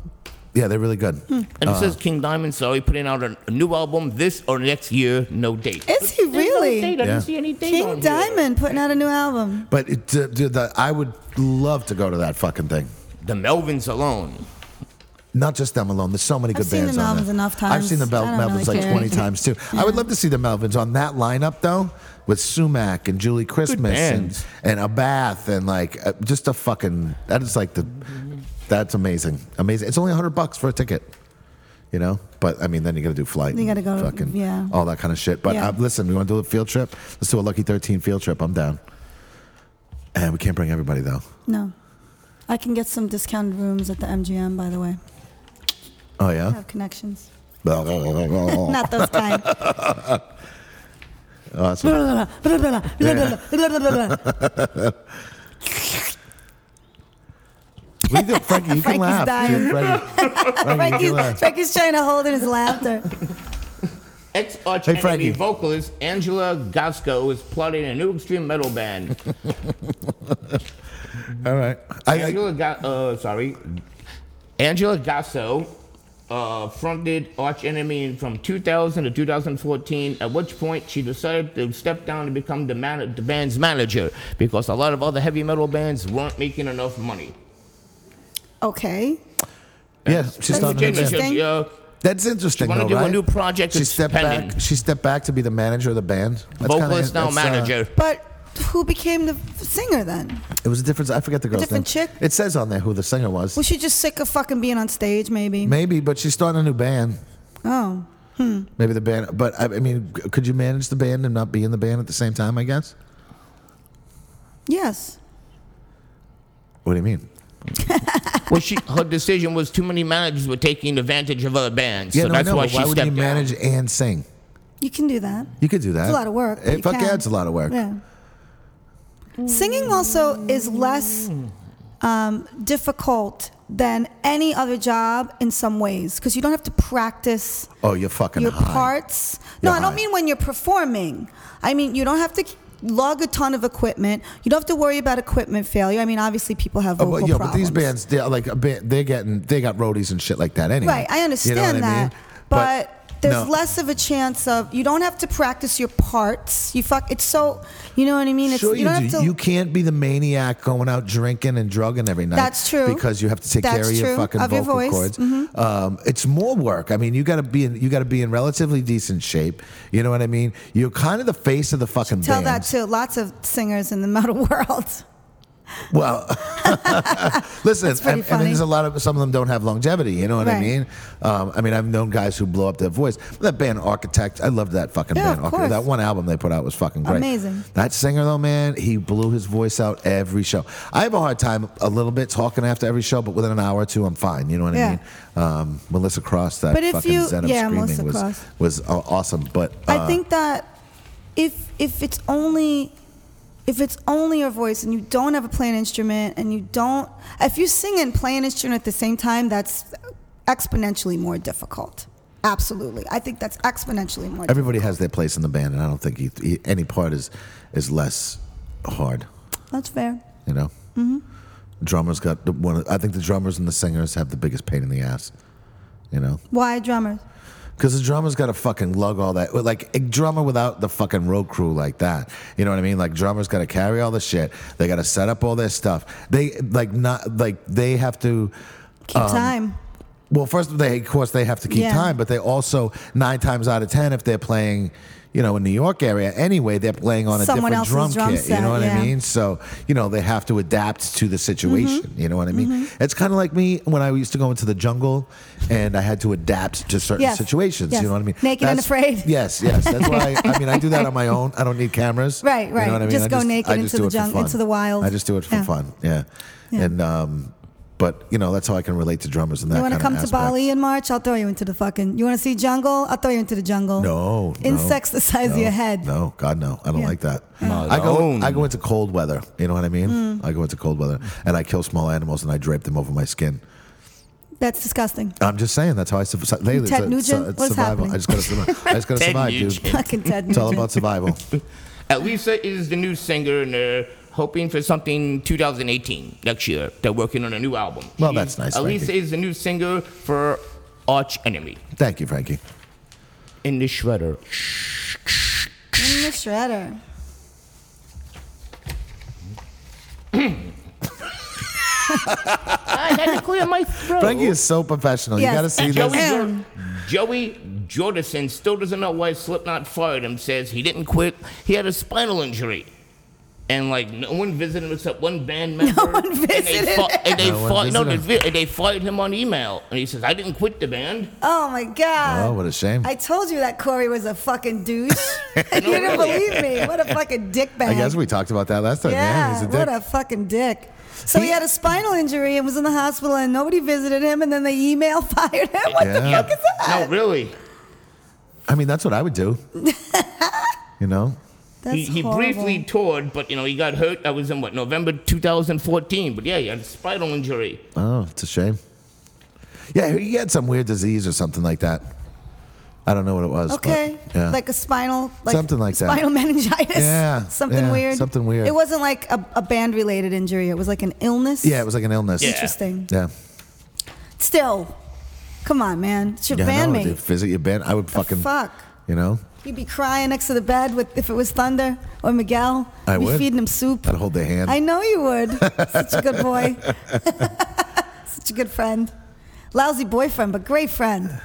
S1: yeah, they're really good.
S3: And it says King Diamond, so he putting out a, a new album this or next year, no date.
S2: Is he
S3: There's
S2: really?
S3: No date. I
S1: Yeah.
S3: didn't see any date
S2: King
S3: on here.
S2: Diamond putting out a new album.
S1: But it, uh, dude, the, I would love to go to that fucking thing.
S3: The Melvins alone.
S1: Not just them alone. There's so many
S2: I've
S1: good
S2: seen
S1: bands
S2: the
S1: on
S2: Melvins
S1: there.
S2: enough
S1: I've seen the
S2: times.
S1: Bel-
S2: I don't
S1: Melvins
S2: really
S1: like
S2: care.
S1: 20 times too. I would love to see the Melvins on that lineup though, with Sumac and Julie Christmas
S3: bands.
S1: and, and Abath and like uh, just a fucking that is like the that's amazing, amazing. It's only 100 bucks for a ticket. You know, but I mean, then you got to do flight.
S2: You gotta
S1: and
S2: go to-
S1: fucking
S2: yeah.
S1: all that kind of shit. But
S2: Yeah.
S1: uh, listen, we want to do a field trip. Let's do a Lucky 13 field trip. I'm down. And we can't bring everybody though.
S2: No. I can get some discounted rooms at the MGM, by the way.
S1: Oh
S2: I
S1: yeah.
S2: have connections.
S1: oh,
S2: <laughs> Not
S1: <laughs>
S2: those kind.
S1: Oh, that's We do, Frankie, you can
S2: Frankie's
S1: laugh.
S2: dying.
S1: dude.
S2: <laughs>
S1: Frankie, Frankie, you
S2: Frankie's,
S1: can laugh.
S2: Frankie's trying to hold in his laughter.
S3: Ex arch
S1: Hey, Frankie.
S3: enemy vocalist Angela Gasco is plotting a new extreme metal band.
S1: All right. <laughs> I, I,
S3: Angela, Ga- uh, sorry, Angela Gasso uh, fronted Arch Enemy from 2000 to 2014. At which point she decided to step down and become the, man- the band's manager because a lot of other heavy metal bands weren't making enough money.
S2: Okay.
S1: yeah, she's not
S2: Virginia.
S1: in
S3: She-
S1: the band.
S2: Interesting.
S3: uh,
S1: That's interesting,
S3: Wanna
S1: though,
S3: do a
S1: right?
S3: new project
S1: She
S3: that's
S1: stepped
S3: pending.
S1: back. She stepped back to be the manager of the band. That's kinda-
S3: vocalist now
S1: that's, uh, <laughs>
S3: manager.
S2: But who became the f- singer then?
S1: it was a different. I forget the girl's
S2: different
S1: name.
S2: chick?
S1: It says on there who the singer was.
S2: Was she just sick of fucking being on stage, maybe?
S1: Maybe, but she's starting a new band.
S2: Oh.
S1: Maybe the band. But I, I mean, g- could you manage the band and not be in the band at the same time? I guess.
S2: Yes.
S1: What do you mean?
S3: well, she, her decision was too many managers were taking advantage of other bands, so
S1: no, I
S3: that's
S1: know,
S3: why
S1: but
S3: she
S1: why would
S3: stepped
S1: you manage
S3: down.
S1: and sing?
S2: You can do that.
S1: You could do that.
S2: It's a lot of work. but
S1: Eh,
S2: you
S1: fuck yeah,
S2: can.
S1: it's a lot of work.
S2: Yeah. Singing also is less um, difficult than any other job in some ways because you don't have to practice
S1: Oh, you're fucking
S2: your
S1: high.
S2: parts. No,
S1: You're
S2: I don't
S1: high.
S2: mean when you're performing. I mean you don't have to lug a ton of equipment. You don't have to worry about equipment failure. I mean, obviously people have
S1: Oh,
S2: vocal
S1: but, yeah,
S2: problems.
S1: but these bands, they're like a band, they're getting, they got roadies and shit like that anyway.
S2: Right, I understand
S1: You know what I mean?
S2: that. But, there's
S1: no.
S2: less of a chance of you don't have to practice your parts. You fuck it's so you know what I mean? It's
S1: sure you,
S2: don't
S1: do.
S2: have to
S1: you can't be the maniac going out drinking and drugging every night.
S2: That's true.
S1: Because you have to take
S2: That's
S1: care of your
S2: true.
S1: fucking
S2: Of your
S1: vocal
S2: voice. Mm-hmm.
S1: cords. Um, it's more work. I mean, you got to be in, you got to be in relatively decent shape. You know what I mean? You're kind of the face of the fucking
S2: tell
S1: band.
S2: <laughs> that to lots of singers in the metal world.
S1: Well, <laughs> listen,
S2: pretty
S1: and, and there's
S2: funny.
S1: a lot of some of them don't have longevity. You know what I
S2: Right.
S1: mean? Um, I mean, I've known guys who blow up their voice. That band Architect, I loved that fucking
S2: Yeah,
S1: band.
S2: of
S1: Architect. That
S2: course.
S1: one album they put out was fucking great.
S2: Amazing.
S1: That singer though, man, he blew his voice out every show. I have a hard time a little bit talking after every show, but within an hour or two, I'm fine. You know what
S2: Yeah.
S1: I mean? Um, Melissa Cross, that
S2: But if
S1: fucking
S2: you-
S1: Zen of
S2: yeah,
S1: screaming
S2: Melissa
S1: was
S2: Cross.
S1: was uh, awesome. But
S2: I
S1: uh,
S2: think that if if it's only if it's only your voice and you don't ever play an instrument and you don't if you sing and play an instrument at the same time, that's exponentially more difficult. Absolutely, I think that's exponentially more. difficult.
S1: everybody has their place in the band, and I don't think he, he, any part is is less hard.
S2: That's fair.
S1: You know, mm-hmm. drummers got the one. I think the drummers and the singers have the biggest pain in the ass. You know,
S2: Why drummers?
S1: because the drummer's got to fucking lug all that. Like a drummer without the fucking road crew like that. You know what I mean? Like drummers got to carry all the shit. They got to set up all their stuff. They like not like they have to.
S2: Keep
S1: Um,
S2: time.
S1: Well, first they of course they have to keep
S2: Yeah.
S1: time, but they also nine times out of ten if they're playing, you know, in New York area anyway, they're playing on a
S2: Someone
S1: different
S2: else's
S1: drum,
S2: drum
S1: kit. you
S2: set,
S1: know what I
S2: yeah.
S1: mean? So you know they have to adapt to the situation.
S2: Mm-hmm.
S1: You know what I mean? It's kind of like me when I used to go into the jungle and I had to adapt to certain
S2: Yes.
S1: situations.
S2: Yes.
S1: You know what I mean?
S2: Naked and afraid.
S1: Yes, yes. That's why I, I mean I do that on my own. I don't need cameras.
S2: <laughs> Right,
S1: You
S2: right.
S1: know what I mean?
S2: Just
S1: I
S2: go naked
S1: I
S2: into
S1: do
S2: the
S1: it for
S2: jung-
S1: fun.
S2: into the wild.
S1: I just do it for
S2: Yeah.
S1: fun. Yeah.
S2: Yeah.
S1: And um, but you know that's how I can relate to drummers and that.
S2: You want to
S1: kinda
S2: come
S1: aspect.
S2: to Bali in March? I'll throw you into the fucking. You want to see jungle? I'll throw you into the jungle.
S1: No, no.
S2: Insects the size of
S1: No,
S2: your head.
S1: No, God, no. I don't
S2: Yeah.
S1: like that.
S3: Malone.
S1: I go, I go into cold weather. You know what I mean?
S2: Mm.
S1: I go into cold weather and I kill small animals and I drape them over my skin.
S2: That's disgusting.
S1: I'm just saying that's how I survive. Lately,
S2: Ted
S1: it's a- it's
S2: Nugent?
S1: a- it's
S2: What's
S1: survival.
S2: happening?
S1: I just gotta survive.
S2: <laughs>
S1: I just gotta
S3: Ted
S1: survive, dude.
S3: Nugent.
S2: Fucking Ted.
S1: <laughs> It's all
S2: Nugent.
S1: about survival.
S3: Elisa is the new singer, and they're hoping for something 2018 next year. They're working on a new album.
S1: Well, that's nice,
S3: Elisa
S1: Frankie.
S3: is the new singer for Arch Enemy
S1: Thank you, Frankie.
S3: in the Shredder.
S2: In the shredder.
S3: I had to clear my throat.
S1: Frankie is so professional.
S2: Yes.
S1: You gotta see
S2: And
S1: this.
S3: Joey,
S2: Yes.
S3: Jor- Joey Jordison still doesn't know why Slipknot fired him. Says he didn't quit. He had a spinal injury, and like no one visited him except one band member.
S2: one
S3: And
S2: visited
S3: they, fought, and they,
S1: No one
S3: fought, no, they,
S1: visited
S3: vi- they fired him on email, and he says I didn't quit the band.
S2: Oh my god.
S1: Oh, what a shame.
S2: I told you that Corey was a
S1: <laughs>
S2: fucking douche. <laughs> you
S3: really.
S2: didn't believe me. What a fucking dickbag.
S1: I guess we talked about that last time. Yeah,
S2: yeah,
S1: he's a dick.
S2: what a fucking dick. So he,
S1: He-
S2: had a spinal injury and was in the hospital and nobody visited him and then they email <laughs> fired him. What the
S1: Yeah.
S2: fuck is that?
S3: No, really.
S1: I mean, that's what I would
S2: <laughs>
S1: do. you know?
S2: That's
S3: He, he
S2: horrible.
S3: briefly toured, but you know he got hurt. That was in what November 2014. But yeah, he had a spinal
S2: <laughs>
S3: injury.
S1: Oh, it's a shame. Yeah, he had some weird disease or something like that. I don't know what it was. but,
S2: Okay.
S1: yeah.
S2: Like a spinal like
S1: Something like that.
S2: spinal <laughs> meningitis.
S1: Yeah,
S2: <laughs> Something
S1: yeah,
S2: weird.
S1: something weird.
S2: It wasn't like a, a band related injury. It was like an illness.
S1: yeah, it was like an illness.
S3: Yeah.
S2: Interesting.
S1: Yeah.
S2: Still. Come on, man. It's your
S1: Yeah, I know.
S2: bandmate.
S1: If visit your band, I would fucking.
S2: fuck?
S1: You know,
S2: You'd be crying next to the bed with if it was Thunder or Miguel.
S1: I
S2: You'd be
S1: would.
S2: feeding him soup.
S1: I'd hold their hand.
S2: I know you would.
S1: <laughs>
S2: Such a good boy. <laughs> Such a good friend. Lousy boyfriend, but great friend.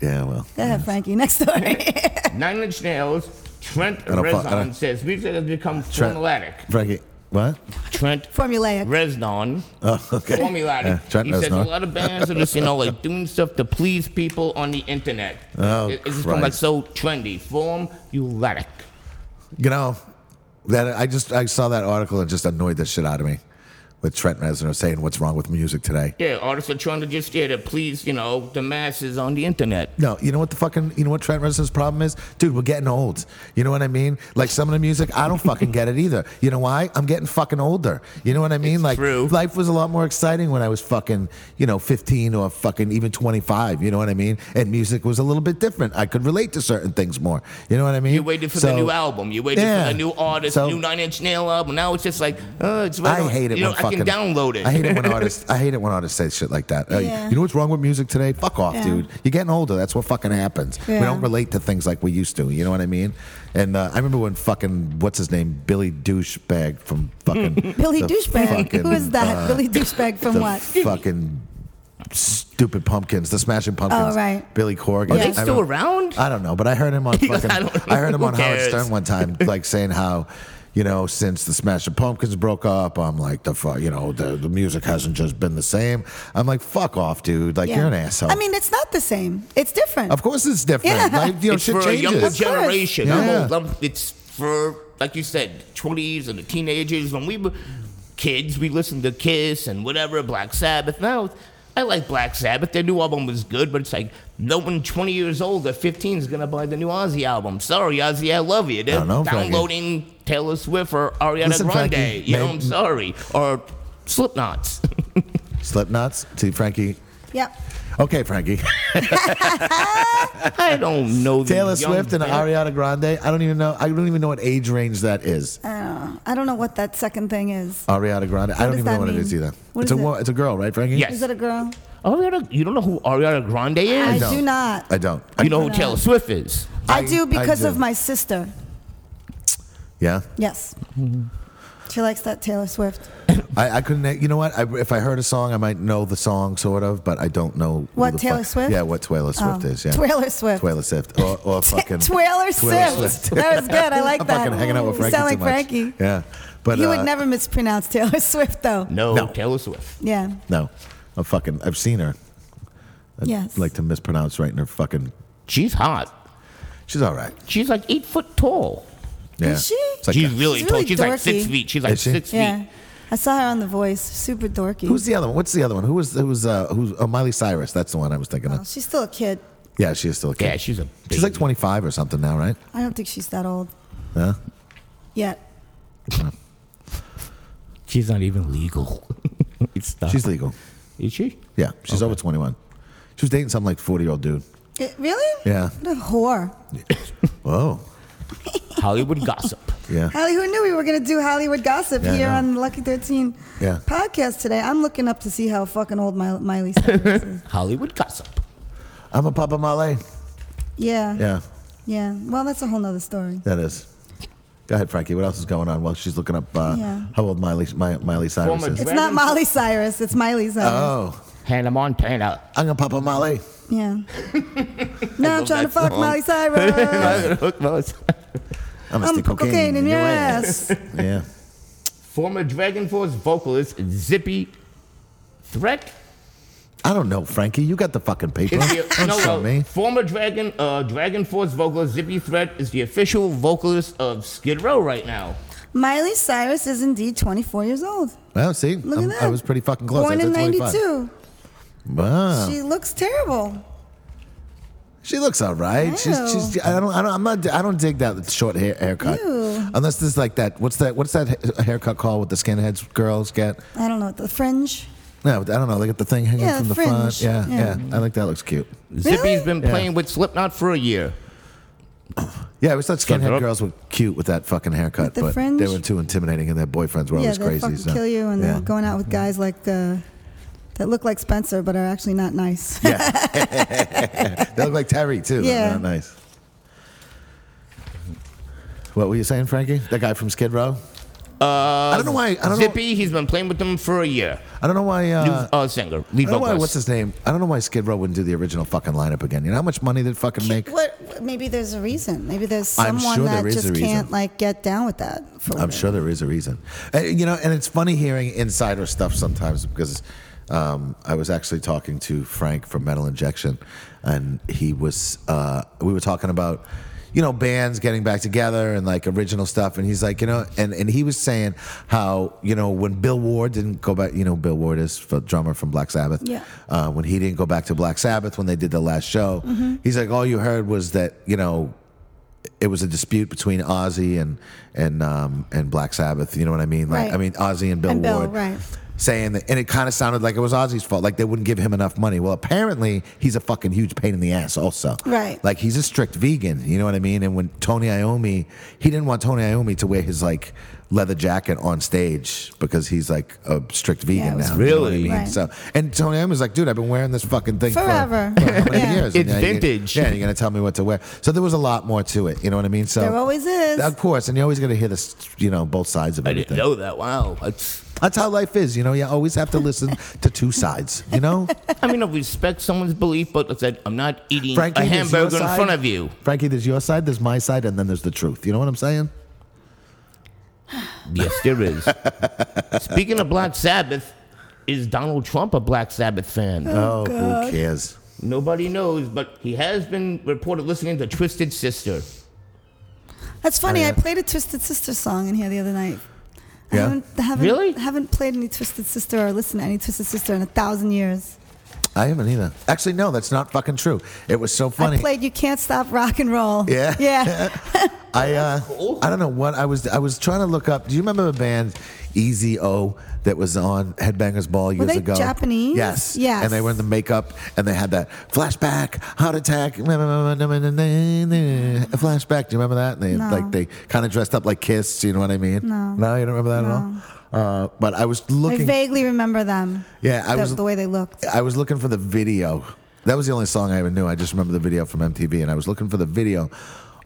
S1: yeah, well.
S2: Go ahead, Frankie. Next story. <laughs>
S3: Nine Inch Nails. Trent
S1: don't fu- I
S3: Reznor
S1: don't-
S3: says music has become
S1: Trent-
S3: formulaic.
S1: Frankie, what?
S3: Trent
S2: Formulaic.
S3: Resnon.
S1: Oh, <laughs> okay.
S3: formulatic.
S1: Yeah, Trent
S3: he says a
S1: Reznor.
S3: lot of bands are just, you know, like doing stuff to please people on the internet.
S1: Oh,
S3: It- it's just become like
S1: Christ.
S3: so trendy. Formulatic.
S1: You know, that I just I saw that article and just annoyed the shit out of me with Trent Reznor saying what's wrong with music today.
S3: Yeah, artists are trying to just, yeah, to please, you know, the masses on the internet.
S1: No, you know what the fucking you know what Trent Reznor's problem is, dude. We're getting old. You know what I mean? Like some of the music, I don't fucking get it either. You know why? I'm getting fucking older. You know what I mean? like
S3: true.
S1: life was a lot more exciting when I was fucking you know 15 or fucking even 25. You know what I mean? And music was a little bit different. I could relate to certain things more. You know what I mean?
S3: You waited for the
S1: So-
S3: new album. You waited
S1: Yeah.
S3: for the new artist,
S1: So-
S3: new Nine Inch Nail album. Now it's just like, oh, it's right.
S1: I
S3: on-
S1: hate it
S3: You know,
S1: when
S3: I
S1: fucking
S3: can download it.
S1: I hate it
S3: <laughs>
S1: when artists. I hate it when artists say shit like that. Hey,
S2: Yeah.
S1: you know what's wrong with music today? Fuck off,
S2: Yeah.
S1: dude. You're getting older. That's what fucking happens.
S2: Yeah.
S1: We don't relate to things like we used to. You know what I mean? And uh, I remember when fucking what's his name, Billy Douchebag from fucking
S2: <laughs> Billy
S1: the
S2: Douchebag.
S1: fucking,
S2: Who is that?
S1: uh,
S2: Billy Douchebag from
S1: the
S2: what?
S1: Fucking stupid pumpkins, the Smashing Pumpkins.
S2: Oh, right.
S1: Billy Corgan.
S3: Are they
S1: I
S3: still
S1: remember-
S3: around?
S1: I don't know, but I heard him on
S3: He goes,
S1: fucking.
S3: "I don't know.
S1: I heard him
S3: Who
S1: on Howard
S3: cares?"
S1: Stern one time, like saying how. you know, since the Smashing Pumpkins broke up, I'm like, the fuck, you know, the, the music hasn't just been the same. I'm like, fuck off, dude. Like,
S2: Yeah.
S1: you're an asshole.
S2: I mean, it's not the same. It's different.
S1: of course it's different.
S2: Yeah.
S1: Like, you know,
S3: it's
S1: shit
S3: for a younger
S1: changes.
S2: gen- course.
S3: generation. I'm
S1: Yeah.
S3: old. I'm- it's for like you said, twenties and the teenagers. When we were kids, we listened to Kiss and whatever Black Sabbath. Now, I like Black Sabbath. Their new album was good, but it's like no one twenty years old or fifteen is gonna buy the new Ozzy album. Sorry, Ozzy, I love you. They're
S1: don't know, Frankie.
S3: downloading Taylor Swift or Ariana
S1: Listen,
S3: Grande.
S1: Frankie,
S3: you know,
S1: may-
S3: I'm sorry, or Slipknot's. <laughs>
S1: Slipknots. See, Frankie.
S2: yep.
S1: Okay, Frankie. <laughs>
S3: I don't know these
S1: Taylor
S3: young
S1: Swift and
S3: bands.
S1: Ariana Grande. I don't even know. I don't even know what age range that is.
S2: I don't know what that second thing is.
S1: Ariana Grande. I don't
S2: does
S1: even know
S2: that
S1: what it
S2: mean?
S1: is either.
S2: What
S1: it's
S2: is
S1: a
S2: it?
S1: wo- it's a girl, right, Frankie?
S3: Yes.
S2: Is it a girl?
S3: Ariana, you don't know who Ariana Grande is?
S2: I,
S1: don't.
S2: do not.
S1: I don't.
S3: You know who Taylor Swift is?
S2: I,
S1: I- I
S2: do because
S1: do.
S2: of my sister.
S1: yeah.
S2: Yes.
S1: Mm-hmm.
S2: She likes that Taylor Swift.
S1: I, I couldn't. You know what? I, if I heard a song, I might know the song, sort of, but I don't know who
S2: What,
S1: the fuck-
S2: Taylor Swift?
S1: Yeah, what Taylor Swift
S2: Oh,
S1: is. Yeah,
S2: Taylor Swift.
S1: Taylor Swift, or,
S2: <laughs>
S1: or fucking
S2: Taylor Swift. <laughs> That was good. I
S1: <laughs>
S2: like
S1: I'm
S2: that.
S1: fucking hanging out with
S2: You
S1: Frankie
S2: sound
S1: too
S2: like
S1: much.
S2: Frankie.
S1: Yeah, but
S2: you
S1: uh,
S2: would never mispronounce <laughs> Taylor Swift, though.
S3: No,
S1: No.
S3: Taylor Swift.
S2: Yeah.
S1: No, I'm fucking. I've seen her. I'd
S2: Yes.
S1: like to mispronounce right in her fucking.
S3: She's hot.
S1: She's all right.
S3: She's like eight foot tall.
S1: Yeah.
S2: Is she?
S1: It's like uh,
S3: she's
S1: a-
S3: really
S2: she's
S3: tall.
S2: really
S3: she's like six
S2: dorky.
S3: feet. She's like
S1: Is she?
S3: six
S2: Yeah.
S3: feet.
S2: I saw her on The Voice. Super dorky.
S1: Who's the other one? What's the other one? Who was who was uh, who's oh, Miley Cyrus? That's the one I was thinking
S2: Oh,
S1: of.
S2: she's still a kid.
S1: Yeah, she is still a kid.
S3: Yeah, she's a.
S1: she's like
S3: baby.
S1: 25 or something now, right?
S2: I don't think she's that old
S1: Yeah.
S2: yet.
S3: She's not even legal. <laughs> it's not.
S1: She's legal.
S3: Is she?
S1: Yeah, she's over 21. She was dating some like 40 year old dude.
S2: Eh, really?
S1: Yeah.
S2: What a whore.
S1: Whoa.
S3: Hollywood
S1: <laughs>
S3: gossip.
S1: Yeah.
S2: Holly, who knew we were going to do Hollywood gossip
S1: Yeah, I
S2: here
S1: know.
S2: on Lucky 13
S1: Yeah.
S2: podcast today? I'm looking up to see how fucking old Mil- Miley Cyrus is.
S3: Hollywood gossip.
S1: I'm a Papa Male.
S2: Yeah.
S1: Yeah,
S2: Yeah. Well, that's a whole nother story.
S1: that is. Go ahead, Frankie. What else is going on? Well, she's looking up uh,
S2: Yeah.
S1: how old Miley, Mi- Miley Cyrus
S3: Former
S1: is.
S2: It's not Molly Cyrus. It's Miley Cyrus.
S1: Oh, <laughs>
S3: Hannah Montana.
S1: I'm a Papa Male.
S2: Yeah. now I'm
S3: love
S2: trying to
S3: that
S2: fuck
S1: <laughs>
S3: song.
S2: Molly Cyrus.
S1: I'm a
S2: I'm
S1: stick
S2: cocaine, cocaine in
S1: <laughs>
S2: your ass.
S1: Yeah.
S3: Former Dragon Force vocalist Zippy Threat
S1: I don't know, Frankie. You got the fucking paper.
S3: It's
S1: Don't
S3: the, no,
S1: show
S3: uh,
S1: me.
S3: former Dragon uh, Dragon Force vocalist Zippy Threat is the official vocalist of Skid Row right now.
S2: Miley Cyrus is indeed 24 years old.
S1: Well, see,
S2: Look
S1: I'm-
S2: at that.
S1: I was pretty fucking close.
S2: Born
S1: I
S2: in
S1: said Oh. 25.
S2: 92.
S1: Wow.
S2: She looks terrible.
S1: She looks all right. She's,
S2: Ew.
S1: she's I don't I don't I'm not I don't dig that short hair haircut.
S2: Ew.
S1: Unless there's like that what's that what's that ha- haircut called with the skinheads girls get?
S2: I don't know. The fringe.
S1: No, I don't know. They got the thing hanging
S2: Yeah,
S1: from the
S2: fringe.
S1: front. Yeah, yeah,
S2: Yeah.
S1: I think that looks cute.
S3: Zippy's been
S1: Yeah.
S3: playing with Slipknot for a year.
S1: Yeah, I always thought
S3: Shut
S1: skinhead
S3: up.
S1: girls were cute with that fucking haircut,
S2: With the
S1: but
S2: fringe?
S1: they were too intimidating and their boyfriends were
S2: yeah,
S1: always
S2: they
S1: crazy.
S2: fucking
S1: so-
S2: kill you, and
S1: yeah.
S2: they're going out with guys like uh, that look like Spencer but are actually not nice.
S1: <laughs> They look like Terry too.
S2: Yeah.
S1: Yeah, not nice. What were you saying, Frankie? That guy from Skid Row? Uh, I don't know why. I don't know.
S3: Zippy, he's been playing with them for a year.
S1: I don't know why. Uh,
S3: New uh, singer, lead
S1: I don't know why.
S3: vocalist.
S1: What's his name? I don't know why Skid Row wouldn't do the original fucking lineup again. You know how much money they'd fucking make.
S2: <laughs> What? Maybe there's a reason. Maybe there's
S1: I'm
S2: someone
S1: sure
S2: that
S1: there is a
S2: just
S1: reason.
S2: can't like get down with that. For
S1: I'm sure there is a reason. Uh, you know, and it's funny hearing insider stuff sometimes because um, I was actually talking to Frank from Metal Injection, and he was uh, we were talking about you know bands getting back together and like original stuff, and he's like you know, and and he was saying how you know when Bill Ward didn't go back, you know, Bill Ward is the drummer from Black Sabbath.
S2: Yeah.
S1: Uh, when he didn't go back to Black Sabbath when they did the last show, he's like, all you heard was that you know it was a dispute between Ozzy and and um, and Black Sabbath. You know what I mean? Like
S2: Right.
S1: I mean Ozzy and Bill
S2: And Bill,
S1: Ward
S2: right.
S1: saying that, and it kind of sounded like it was Ozzy's fault. Like they wouldn't give him enough money. Well, apparently he's a fucking huge pain in the ass. Also,
S2: Right.
S1: Like he's a strict vegan. You know what I mean? And when Tony Iommi, he didn't want Tony Iommi to wear his like leather jacket on stage because he's like a strict vegan
S2: Yeah, it was-
S1: now. you know what I
S3: Really?
S1: mean?
S2: Right.
S1: So and Tony Iommi's like, dude, I've been wearing this fucking thing for-
S2: Forever.
S1: For, how many
S2: <laughs> Yeah.
S1: years? And
S3: It's
S1: now you're-
S3: vintage.
S1: yeah, you're gonna tell me what to wear. So there was a lot more to it. You know what I mean? So
S2: There always is.
S1: Of course, and you're always gonna hear this. You know, both sides of
S3: I didn't
S1: everything.
S3: know that. Wow. That's,
S1: That's how life is. You know, you always have to listen to two sides. You <laughs> know,
S3: I mean, I respect someone's belief, but I said, I'm not eating
S1: Frankie,
S3: a
S1: there's your
S3: hamburger in
S1: side.
S3: front of you.
S1: Frankie, there's your side, there's my side, and then there's the truth. You know what I'm saying?
S3: Yes,
S1: <laughs>
S3: there is. Speaking of Black Sabbath, is Donald Trump a Black Sabbath fan?
S1: Oh, who cares?
S3: Nobody knows, but he has been reported listening to Twisted Sister.
S2: That's funny. I played a Twisted Sister song in here the other night. I
S1: oh, Yeah?
S2: haven't, haven't,
S3: Really?
S2: haven't played any Twisted Sister or listened to any Twisted Sister in a thousand years.
S1: I haven't either. Actually, no, that's not fucking true. It was so funny.
S2: I played You Can't Stop Rock and Roll.
S1: Yeah. <laughs>
S2: <laughs> Yeah.
S1: I uh, I don't know what I was. I was trying to look up. Do you remember a band, Easy O, that was on Headbangers Ball years
S2: they
S1: ago?
S2: Japanese?
S1: Yes.
S2: Yes.
S1: And they were in the makeup, and they had that flashback, heart attack, flashback. Do you remember that? And they
S2: No.
S1: like they kind of dressed up like Kiss. You know what I mean?
S2: No.
S1: No, you don't remember that at all. Uh, but I was looking.
S2: I vaguely remember them.
S1: Yeah, I
S2: the,
S1: was-
S2: the way they looked.
S1: I was looking for the video. That was the only song I ever knew. I just remember the video from MTV, and I was looking for the video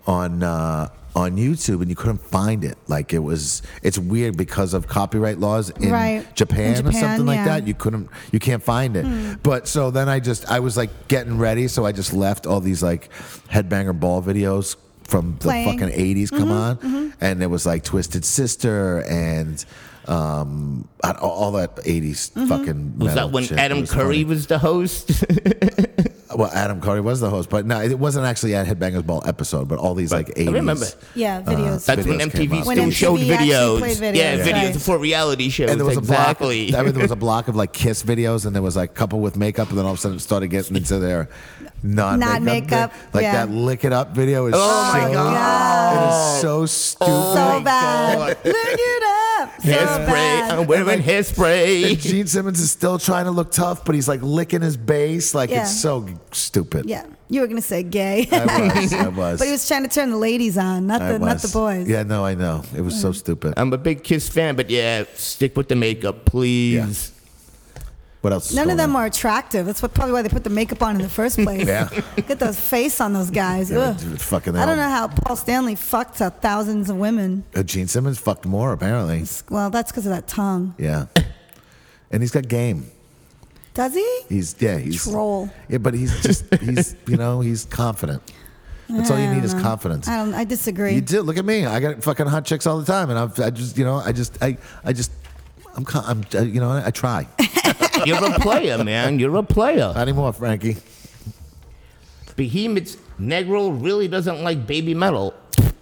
S1: on uh, on YouTube, and you couldn't find it. Like it was, it's weird because of copyright laws in,
S2: Right.
S1: Japan,
S2: In
S1: or
S2: Japan,
S1: something like
S2: yeah. Hmm.
S1: that. You couldn't, you can't find it. But so then I just, I was like getting ready, so I just left all these like headbanger ball videos from the
S2: Playing. Mm-hmm,
S1: fucking 80s come on and it was like twisted sister and um all- all that 80s
S2: Mm-hmm.
S1: fucking
S3: Was
S1: metal
S3: that when
S1: shit. It
S3: Adam
S1: was
S3: Curry
S1: funny.
S3: was the host?
S1: Well, Adam Curry was the host, but no, it wasn't actually at Headbangers Ball episode, but all these like
S3: <laughs> I
S1: eighties.
S3: remember.
S2: Yeah,
S1: Uh-huh.
S2: videos.
S3: That's when
S1: Videos came
S3: MTV
S1: out.
S3: still
S1: When
S2: MTV
S3: showed
S2: actually
S3: videos.
S2: played videos,
S3: Yeah,
S2: Yeah.
S3: videos
S2: right.
S3: before reality shows.
S1: And there was
S3: exactly.
S1: a block. <laughs> I mean, there was a block of like Kiss videos, and there was like a couple with makeup, and then all of a sudden it started getting into their non
S2: Not makeup,
S1: like
S2: yeah.
S1: that lick it up video is
S3: Oh
S1: so
S3: my God.
S1: it is so stupid.
S2: so
S3: my
S2: bad.
S3: God.
S2: Look it up. So
S3: hairspray.
S2: bad.
S3: I'm
S1: <laughs>
S3: wearing
S1: And
S3: hairspray.
S1: Gene Simmons is still trying to look tough, but he's like licking his bass. Like
S2: Yeah.
S1: it's so stupid.
S2: Yeah, you were gonna say gay, <laughs>
S1: I was. I was.
S2: but he was trying to turn the ladies on, not
S1: I
S2: the not the
S1: was.
S2: boys.
S1: Yeah, no, I know. It was so stupid.
S3: I'm a big Kiss fan, but yeah, stick with the makeup, please.
S1: What else? is
S2: None of
S1: going
S2: them
S1: on?
S2: are attractive. That's what, probably why they put the makeup on in the first place.
S1: <laughs> Yeah.
S2: Get those face on those guys.
S1: Yeah,
S2: Ugh.
S1: dude, fucking
S2: I
S1: hell.
S2: don't know how Paul Stanley fucked up thousands of women.
S1: Uh, Gene Simmons fucked more apparently.
S2: Well, that's because of that tongue.
S1: Yeah. And he's got game.
S2: Does he?
S1: He's yeah, he's
S2: Troll.
S1: Yeah, but he's just he's you know, he's confident. That's all you
S2: I
S1: need
S2: don't
S1: is
S2: know.
S1: confidence.
S2: I don't. I disagree.
S1: You do. Look at me. I got fucking hot chicks all the time and I've, I just, you know, I just I I just I'm con- I'm uh, you know, I try.
S3: You're
S1: <laughs>
S3: a player, man. You're a player.
S1: Not anymore, Frankie.
S3: Behemoth's Negro really doesn't like baby metal.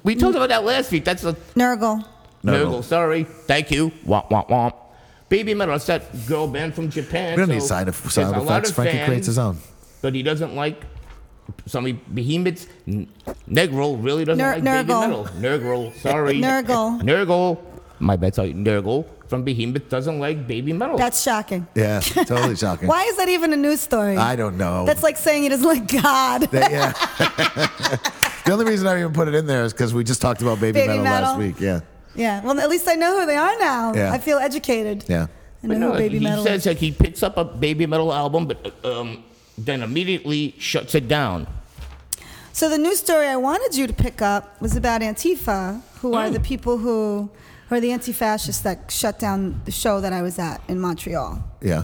S3: We talked about that last week. That's a
S2: Nurgle.
S1: Nurgle.
S3: Nurgle. Sorry. Thank you. Womp, womp, womp. Baby metal is that girl band from Japan.
S1: We don't need
S3: so
S1: side, eff-
S3: there's
S1: sound
S3: a lot
S1: effects.
S3: of
S1: Frankie
S3: fans,
S1: creates his own.
S3: But he doesn't like some of Behemoth's N- Negro really doesn't
S2: Nur-
S3: like
S2: Nurgle.
S3: baby metal. Nurgle. Sorry.
S2: Nurgle.
S3: Nurgle. My bad. Sorry. Nurgle from Behemoth doesn't like baby metal.
S2: That's shocking. <laughs>
S1: Yeah, totally shocking.
S2: Why is that even a news story?
S1: I don't know. <laughs>
S2: That's like saying he doesn't like God.
S1: That- yeah. <laughs> the only reason I even put it in there is because we just talked about baby,
S2: Baby
S1: metal, last
S2: metal.
S1: week. Yeah.
S2: <laughs> yeah. Well, at least I know who they are now.
S1: Yeah.
S2: I feel educated.
S1: Yeah.
S2: I know
S3: But no,
S2: who baby
S3: he
S2: metal
S3: says
S2: is.
S3: that he picks up a baby metal album, but uh, um, then immediately shuts it down.
S2: So the news story I wanted you to pick up was about Antifa, who
S1: Mm.
S2: are the people who who are the anti-fascists that shut down the show that I was at in Montreal.
S1: Yeah.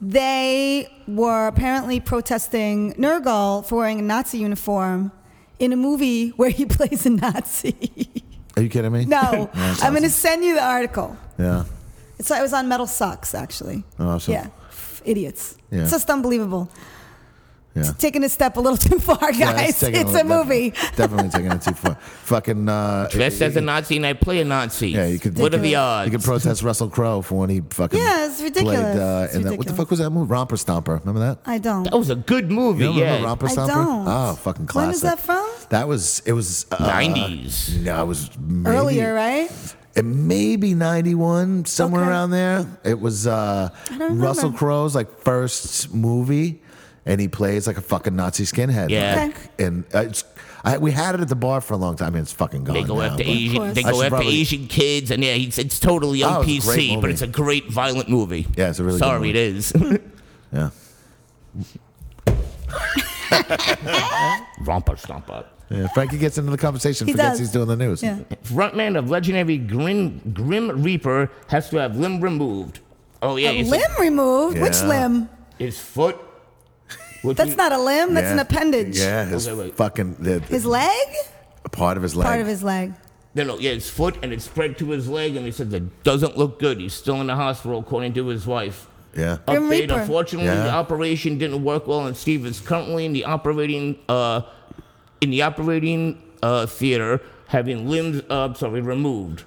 S2: They were apparently protesting Nergal for wearing a Nazi uniform in a movie <laughs> where he plays a Nazi. <laughs>
S1: Are you kidding me? <laughs>
S2: no,
S1: that's
S2: I'm going to send you the article.
S1: Yeah.
S2: It's it was on Metal Sucks actually.
S1: Awesome.
S2: Yeah, F- idiots.
S1: Yeah.
S2: It's just unbelievable.
S1: Yeah.
S2: Taking a step a little <laughs> too far, guys.
S1: Yeah,
S2: it's
S1: taking
S2: a
S1: little-
S2: movie.
S1: Definitely, definitely taking it too far.
S2: <laughs>
S1: Fucking. Uh,
S3: Dressed as a Nazi and I play a Nazi.
S1: Yeah, you could.
S3: What are the
S1: You could
S3: odds?
S1: protest Russell Crowe for when he fucking.
S2: Yeah, it's ridiculous.
S1: Played, uh,
S2: It's
S1: in that, what the
S2: ridiculous.
S1: fuck was that movie? Romper Stomper. Remember that?
S2: I don't.
S3: That was a good movie.
S1: You don't
S3: yeah.
S1: remember Romper
S2: I
S1: Stomper?
S2: don't.
S1: Oh, fucking classic.
S2: When is that from?
S1: That was. It was. Uh,
S3: 90s.
S1: No, it was maybe,
S2: Earlier, right?
S1: It maybe '91, somewhere
S2: Okay.
S1: around there. It was uh,
S2: don't
S1: Russell
S2: remember.
S1: Crowe's like first movie, and he plays like a fucking Nazi skinhead.
S3: Yeah.
S2: Okay.
S1: And uh, it's, I, we had it at the bar for a long time. I mean, it's fucking gone.
S3: They go
S1: now,
S3: after E.
S1: but-
S3: Asian.
S2: course.
S1: I
S3: They go
S1: should
S3: after
S1: probably-
S3: Asian kids, and yeah, it's, it's totally
S1: Oh,
S3: on
S1: it's a great
S3: PC, but
S1: movie.
S3: it's a great violent movie.
S1: Yeah, it's a really good
S3: Sorry,
S1: movie.
S3: it is. <laughs>
S1: Yeah.
S3: Romper stomper.
S1: Yeah, Frankie gets into the conversation,
S2: He
S1: forgets
S2: does.
S1: he's doing the news.
S2: Yeah.
S3: Frontman of legendary Grim Grim Reaper has to have limb removed. Oh yeah,
S2: A
S3: it's-
S2: limb removed? Which
S1: Yeah.
S2: limb?
S3: His foot. which
S2: That's
S3: is-
S2: not a limb. That's
S1: Yeah.
S2: an appendage.
S1: Yeah, his
S3: Okay, wait.
S1: fucking the,
S2: His leg?
S1: part of his leg.
S2: Part of his leg.
S3: No, no, yeah, his foot, and it spread to his leg, and they said that doesn't look good. He's still in the hospital, according to his wife.
S1: Yeah.
S2: Grim
S3: Update,
S2: Reaper.
S3: unfortunately, the
S1: Yeah.
S3: operation didn't work well, and Steve is currently in the operating uh, in the operating uh, theater, having limbs uh, sorry removed.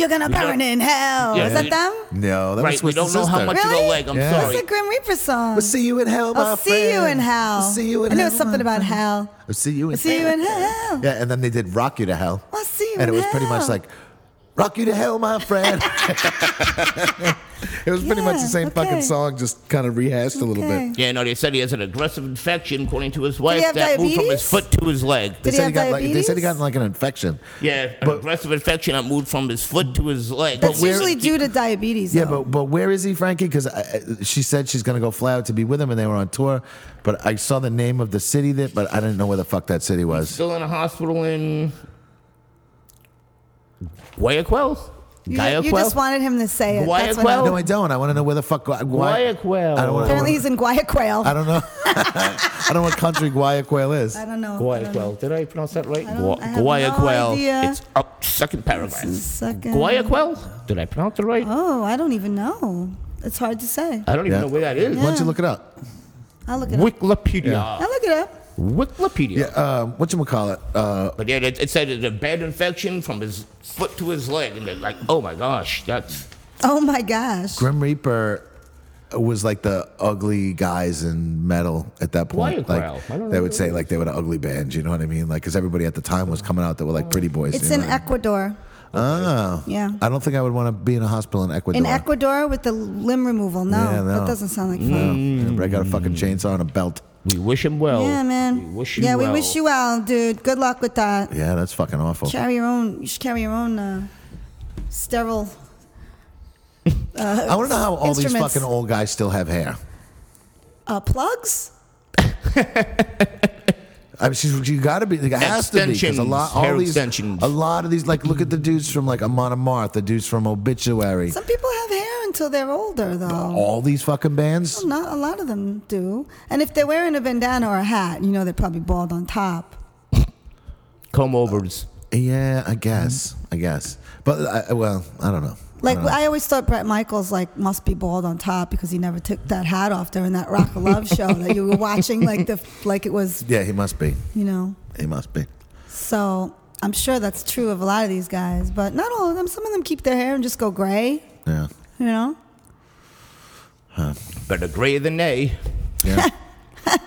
S2: You're gonna burn in hell.
S3: Yeah,
S2: Is that
S3: we-
S2: them?
S1: No, that
S3: right,
S1: was
S3: we
S1: Twisted
S3: don't know how
S1: Sister.
S3: much of
S2: Really?
S3: the leg. I'm
S1: Yeah.
S2: What's
S3: sorry.
S2: the Grim Reaper song?
S1: I'll see you in hell, my
S2: I'll see you in
S1: friend.
S2: hell.
S1: I'll see you in
S2: I knew
S1: hell. Mm-hmm.
S2: it was something
S1: my
S2: about
S1: friend.
S2: hell.
S1: I'll see you in
S2: I'll see you in hell.
S1: Yeah, and then they did Rock You to Hell.
S2: I'll see you
S1: And
S2: in
S1: it was pretty much
S2: hell.
S1: like, Rock You to Hell, my
S2: <laughs>
S1: friend. it was pretty much
S2: Yeah,
S1: the same
S2: okay.
S1: fucking song, just kind of rehashed a little
S2: Okay.
S1: bit.
S3: Yeah, no, they said he has an aggressive infection, according to his
S2: he
S3: wife,
S2: have
S3: that moved from
S2: diabetes?
S3: his foot to his leg.
S1: They
S2: Did he
S1: said,
S2: have
S1: he got like, they said he got
S2: diabetes?
S1: like an infection.
S3: Yeah, an
S1: But-
S3: aggressive infection that moved from his foot to his leg.
S2: That's
S1: where-
S2: usually due to diabetes.
S1: Yeah,
S2: though.
S1: but but where is he, Frankie? Because she said she's gonna go fly out to be with him, and they were on tour. But I saw the name of the city that, but I didn't know where the fuck that city was.
S3: still in a hospital in Guayaquil.
S2: you, you just wanted him to say it. That's what
S3: Guayaquil?
S2: happened.
S1: No, I don't. I want to know where the fuck. Gua- Gua-
S3: Guayaquil.
S1: I don't want.
S2: Apparently, he's in Guayaquil.
S1: I don't know. <laughs> I don't know what country Guayaquil is.
S2: I don't know. I don't know.
S3: Guayaquil. Did I pronounce that right?
S2: I don't- I have no
S3: Guayaquil.
S2: idea.
S3: it's up second paragraph.
S2: This is second.
S3: Guayaquil. Did I pronounce it right?
S2: Oh, I don't even know. It's hard to say.
S3: I don't even
S1: Yeah.
S3: know where that is.
S1: Why don't
S2: Yeah.
S1: you look it up?
S2: I'll look it up.
S3: Wikipedia.
S2: I'll look it up.
S3: Wikipedia.
S1: Yeah. Um, what you call it? Uh,
S3: But yeah, it, it said it's a bad infection from his foot to his leg, and they're like, oh my gosh, that's
S2: Oh my gosh.
S1: Grim Reaper was like the ugly guys in metal at that point.
S3: Guayaquil. I don't know
S1: Like they would say like they were the ugly band. You know what I mean? Like because everybody at the time was coming out that were like pretty boys.
S2: It's
S1: you
S2: in
S1: know what I mean?
S2: Ecuador.
S1: Oh.
S2: Yeah.
S1: I don't think I would want to be in a hospital in Ecuador.
S2: In Ecuador with the limb removal. No,
S1: Yeah, no.
S2: that doesn't sound like
S1: No.
S2: fun.
S1: I got a fucking chainsaw and a belt.
S3: we wish him well.
S2: Yeah, man.
S3: We wish you
S2: yeah,
S3: well.
S2: we wish you well, dude. Good luck with that.
S1: Yeah, that's fucking awful.
S2: Carry your own. You should carry your own uh, sterile.
S1: I want to know how all these
S2: Instruments.
S1: fucking old guys still have hair.
S2: Uh, plugs?
S1: I mean, she's, you got to be. It has to be because a lot,
S3: Extensions,
S1: all
S3: hair
S1: these,
S3: extensions.
S1: a lot of these. Like, look at the dudes from like Amon Amarth, the dudes from Obituary.
S2: Some people have hair until they're older, though.
S1: All these fucking bands.
S2: Not a lot of them do. And if they're wearing a bandana or a hat, you know they're probably bald on top.
S3: Comb overs.
S1: Yeah, I guess,
S2: Mm-hmm.
S1: I guess. But I, I- well, I don't know.
S2: Like
S1: I
S3: Uh-huh.
S1: don't know.
S2: I always thought Brett Michaels like must be bald on top because he never took that hat off during that Rock of
S3: <laughs>
S2: Love show that you were watching like the like it was
S1: yeah, he must be.
S2: you know.
S1: He must be.
S2: So I'm sure that's true of a lot of these guys, but not all of them. Some of them keep their hair and just go gray,
S1: Yeah.
S2: you know.
S3: Better gray than nay.
S1: Yeah.
S2: <laughs>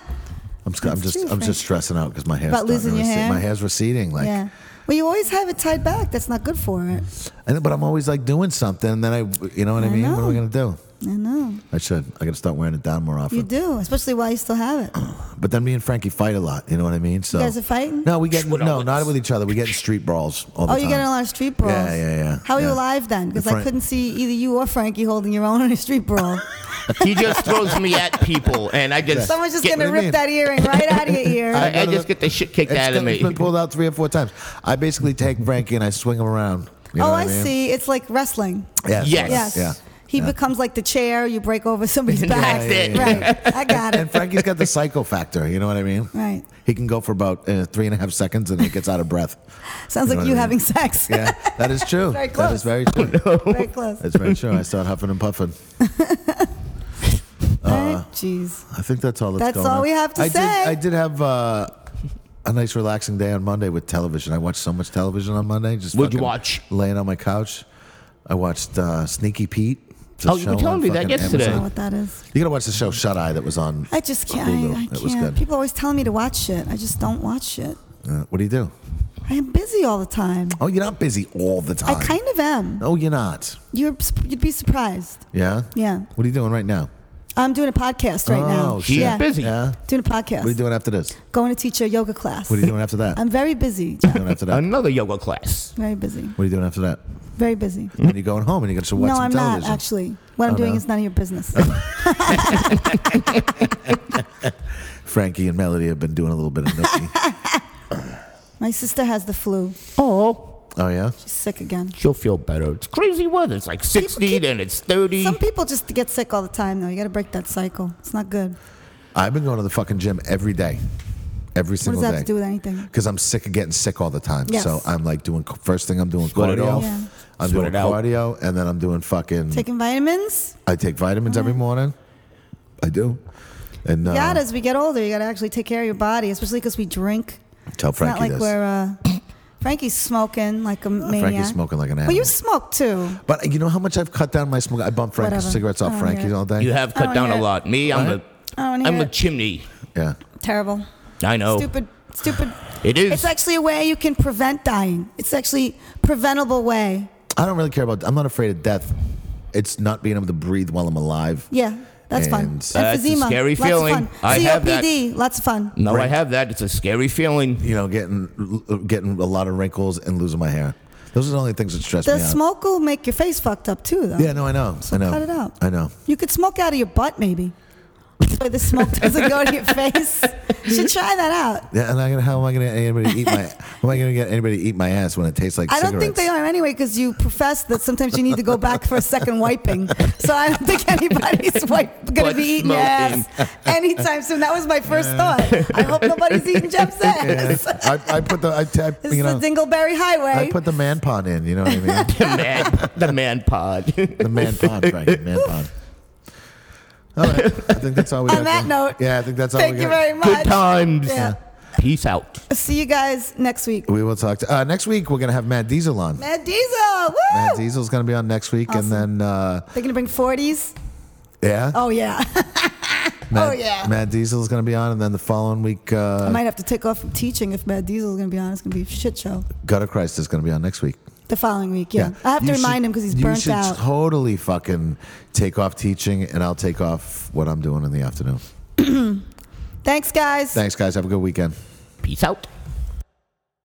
S1: I'm, sc- I'm
S2: That's
S1: just
S2: true,
S1: I'm
S2: Frank.
S1: just stressing out because my hair's
S2: About
S1: starting to
S2: losing your
S1: recede-
S2: hair?
S1: my hair's receding. Like,
S2: yeah. Well, you always have it tied back. That's not good for it.
S1: and, then- but I'm always like doing something, and then I, you know what I, mean? What am I gonna
S2: know.
S1: do?
S2: I know.
S1: I should. I gotta start wearing it down more often.
S2: You do, especially while you still have it.
S1: But then me and Frankie fight a lot. You know what I mean? So
S2: guys are fighting?
S1: No, we get
S3: What
S1: no,
S3: else?
S1: not with each other. We get in street brawls all the
S2: Oh,
S1: time.
S2: you get in a lot of street brawls.
S1: Yeah, yeah, yeah,
S2: How are you
S1: yeah.
S2: alive then? Because
S1: The
S2: I
S1: front-
S2: couldn't see either you or Frankie holding your own in a
S1: <laughs>
S2: street brawl.
S3: He just throws me at people, and I just
S2: Someone's just
S3: get-
S2: gonna
S1: do you
S2: rip
S1: mean?
S2: that earring right
S1: <laughs>
S2: out of your ear.
S1: I-
S3: I, I just get the shit kicked
S1: It's
S3: out of
S1: got-
S3: me.
S1: It's been pulled out three or four times. I basically take Frankie and I swing him around. You know
S2: oh,
S1: what
S2: I
S1: mean?
S2: see. It's like wrestling.
S1: Yeah,
S3: Yes.
S1: sort of,
S2: Yes.
S1: Yeah.
S2: He becomes like the chair. You break
S1: <laughs>
S2: over somebody's back.
S3: That's it.
S2: Right. I got
S1: And
S2: it.
S1: Frankie's got the psycho factor. You know what I mean?
S2: Right.
S1: He can go for about uh, three and a half seconds and he gets out of breath.
S2: Sounds
S1: You know
S2: like
S1: what
S2: you
S1: I mean?
S2: having sex.
S1: Yeah, that is true.
S2: Very
S1: That
S2: close. Oh,
S1: is very true.
S2: Very close.
S1: That's very true. I start huffing and puffing. uh,
S2: Right? Jeez.
S1: I think that's all that's,
S2: That's
S1: going
S2: all
S1: on.
S2: we have to
S1: I
S2: say.
S1: Did, I did have uh, a nice relaxing day on Monday with television. I watched so much television on Monday. Just
S3: What'd you
S1: fucking
S3: watch?
S1: Laying on my couch, I watched uh, Sneaky Pete. It's a
S3: Oh, you were
S1: show
S3: telling
S1: on
S3: me that
S1: fucking
S3: yesterday.
S2: I don't know
S1: Amazon.
S2: what that is.
S1: You gotta watch the show Shut Eye that was on.
S2: I just can't.
S1: Hulu.
S2: I, I
S1: It was
S2: can't.
S1: good.
S2: People always telling me to watch shit. I just don't watch shit.
S1: Uh, what do you do?
S2: I am busy all the time.
S1: Oh, you're not busy all the time.
S2: I kind of am.
S1: No, you're not.
S2: You're, sup- you'd be surprised.
S1: Yeah.
S2: Yeah.
S1: What are you doing right now?
S2: I'm doing a podcast right
S1: oh,
S2: now.
S1: shit.
S3: He's
S2: yeah.
S3: busy.
S1: Yeah.
S2: Doing a
S1: What are you
S2: podcast.
S1: doing after this?
S2: Going to teach a yoga class.
S1: What are you doing after that?
S2: <laughs> I'm very busy.
S1: <laughs> What
S2: Jack.
S1: are you doing
S3: <laughs>
S1: after that?
S3: Another yoga class.
S2: Very busy.
S1: What are you doing after that?
S2: Very busy.
S1: And you're going home and you're gonna watch
S2: no,
S1: some
S2: I'm
S1: television. Oh,
S2: not actually. What I'm doing
S1: no.
S2: is none of
S1: <laughs>
S2: your business.
S1: Frankie and Melody have been doing a little bit of
S2: <laughs>
S1: nookie.
S2: My sister has the flu.
S3: Oh,
S1: oh yeah.
S2: She's sick again.
S3: she'll feel better. It's crazy weather. It's like 60,
S2: keep-
S3: then it's 30.
S2: Some people just get sick all the time, though. You got to break that cycle. It's not good.
S1: I've been going to the fucking gym every day. every
S2: What
S1: single
S2: does that have to
S1: day
S2: do with anything?
S1: because I'm sick of getting sick all the time.
S2: Yes.
S1: So I'm like doing first thing I'm doing
S3: Sweat it
S1: cardio.
S3: off.
S2: Yeah.
S1: I'm
S3: Sweat
S1: doing
S3: it out.
S1: cardio, and then I'm doing fucking.
S2: Taking vitamins?
S1: I take vitamins every morning. I do, and uh,
S2: Uh-huh. yeah, as we get older, you got to actually take care of your body, especially because we drink.
S1: tell
S2: It's not
S1: Frankie
S2: like
S1: this.
S2: we're. Uh, Frankie's smoking like a maniac.
S1: Frankie's smoking like an
S2: Well, you
S1: animal.
S2: smoke too.
S1: But you know how much I've cut down my smoke. I bump Frankie's
S2: Whatever.
S1: cigarettes off
S2: Oh,
S1: Frankie's
S2: yeah.
S1: all day.
S3: You have
S2: I
S3: cut
S2: don't
S3: down
S2: hear
S3: a
S2: it.
S3: lot. Me, I'm
S1: Huh?
S3: a,
S2: I don't wanna
S3: I'm Oh.
S2: hear
S3: a
S2: it.
S3: chimney.
S1: Yeah.
S2: Terrible.
S3: I know.
S2: Stupid. Stupid.
S3: It is.
S2: It's actually a way you can prevent dying. It's actually preventable way.
S1: I don't really care about. I'm not afraid of death. It's not being able to breathe while I'm alive.
S2: Yeah, that's fun.
S1: And
S2: That's
S3: that's a scary feeling.
S2: Lots of fun.
S3: I
S2: COPD,
S3: have that.
S2: lots of fun.
S3: no, I
S1: Right.
S3: have that. It's a scary feeling.
S1: You know, getting getting a lot of wrinkles and losing my hair. Those are the only things that stress
S2: The
S1: me out.
S2: smoke will make your face fucked up too, though.
S1: yeah, no, I know. I know.
S2: cut it out.
S1: I know.
S2: You could smoke out of your butt, maybe. This way the smoke
S1: <laughs>
S2: doesn't go to your face. You should try that out.
S1: Yeah, and I, gonna- how am I going to anybody to eat my? how am I going to get anybody to eat my ass when it tastes like
S2: I
S1: cigarettes?
S2: don't think they are anyway because you profess that sometimes you need to go back for a second wiping. So I don't
S1: <laughs>
S2: think anybody's wipe going
S3: Butt
S2: to be eating your ass anytime soon. That was my first thought. I hope
S1: <laughs>
S2: nobody's eating Jeff's ass.
S1: I, I put the I, t- I-
S2: This
S1: you
S2: is
S1: know
S2: the Dingleberry Highway.
S1: I put the man pond in. You know what I mean?
S2: <laughs>
S3: The man, the man
S1: <laughs>
S3: pod.
S1: the man pond, Frankie. Man pond. All right. I think that's all we.
S2: <laughs> On
S1: got
S2: that
S1: for-
S2: note,
S1: yeah, I think that's all.
S2: Thank
S1: we
S2: you
S1: got.
S2: very much.
S3: Good times.
S2: Yeah.
S3: Peace out.
S2: See you guys next week.
S1: We will talk to, uh, next week. We're gonna have Matt Diesel on.
S2: Mad Diesel, woo!
S1: Matt Diesel's gonna be on next week,
S2: Awesome.
S1: and then uh,
S2: They're gonna bring 40s.
S1: yeah,
S2: Oh yeah,
S1: Matt,
S2: oh, yeah.
S1: Matt Diesel's gonna be on, and then the following week,
S2: I
S1: uh,
S2: might have to take off from teaching if Mad Diesel's gonna be on. It's gonna be a shit show.
S1: Gutter Christ is gonna be on next week.
S2: The following week, yeah. I have to
S1: You
S2: remind
S1: should-
S2: him because he's burnt
S1: You should
S2: out.
S1: totally fucking take off teaching, and I'll take off what I'm doing in the afternoon.
S2: Thanks, guys.
S1: Thanks, guys. Have a good weekend.
S3: Peace out.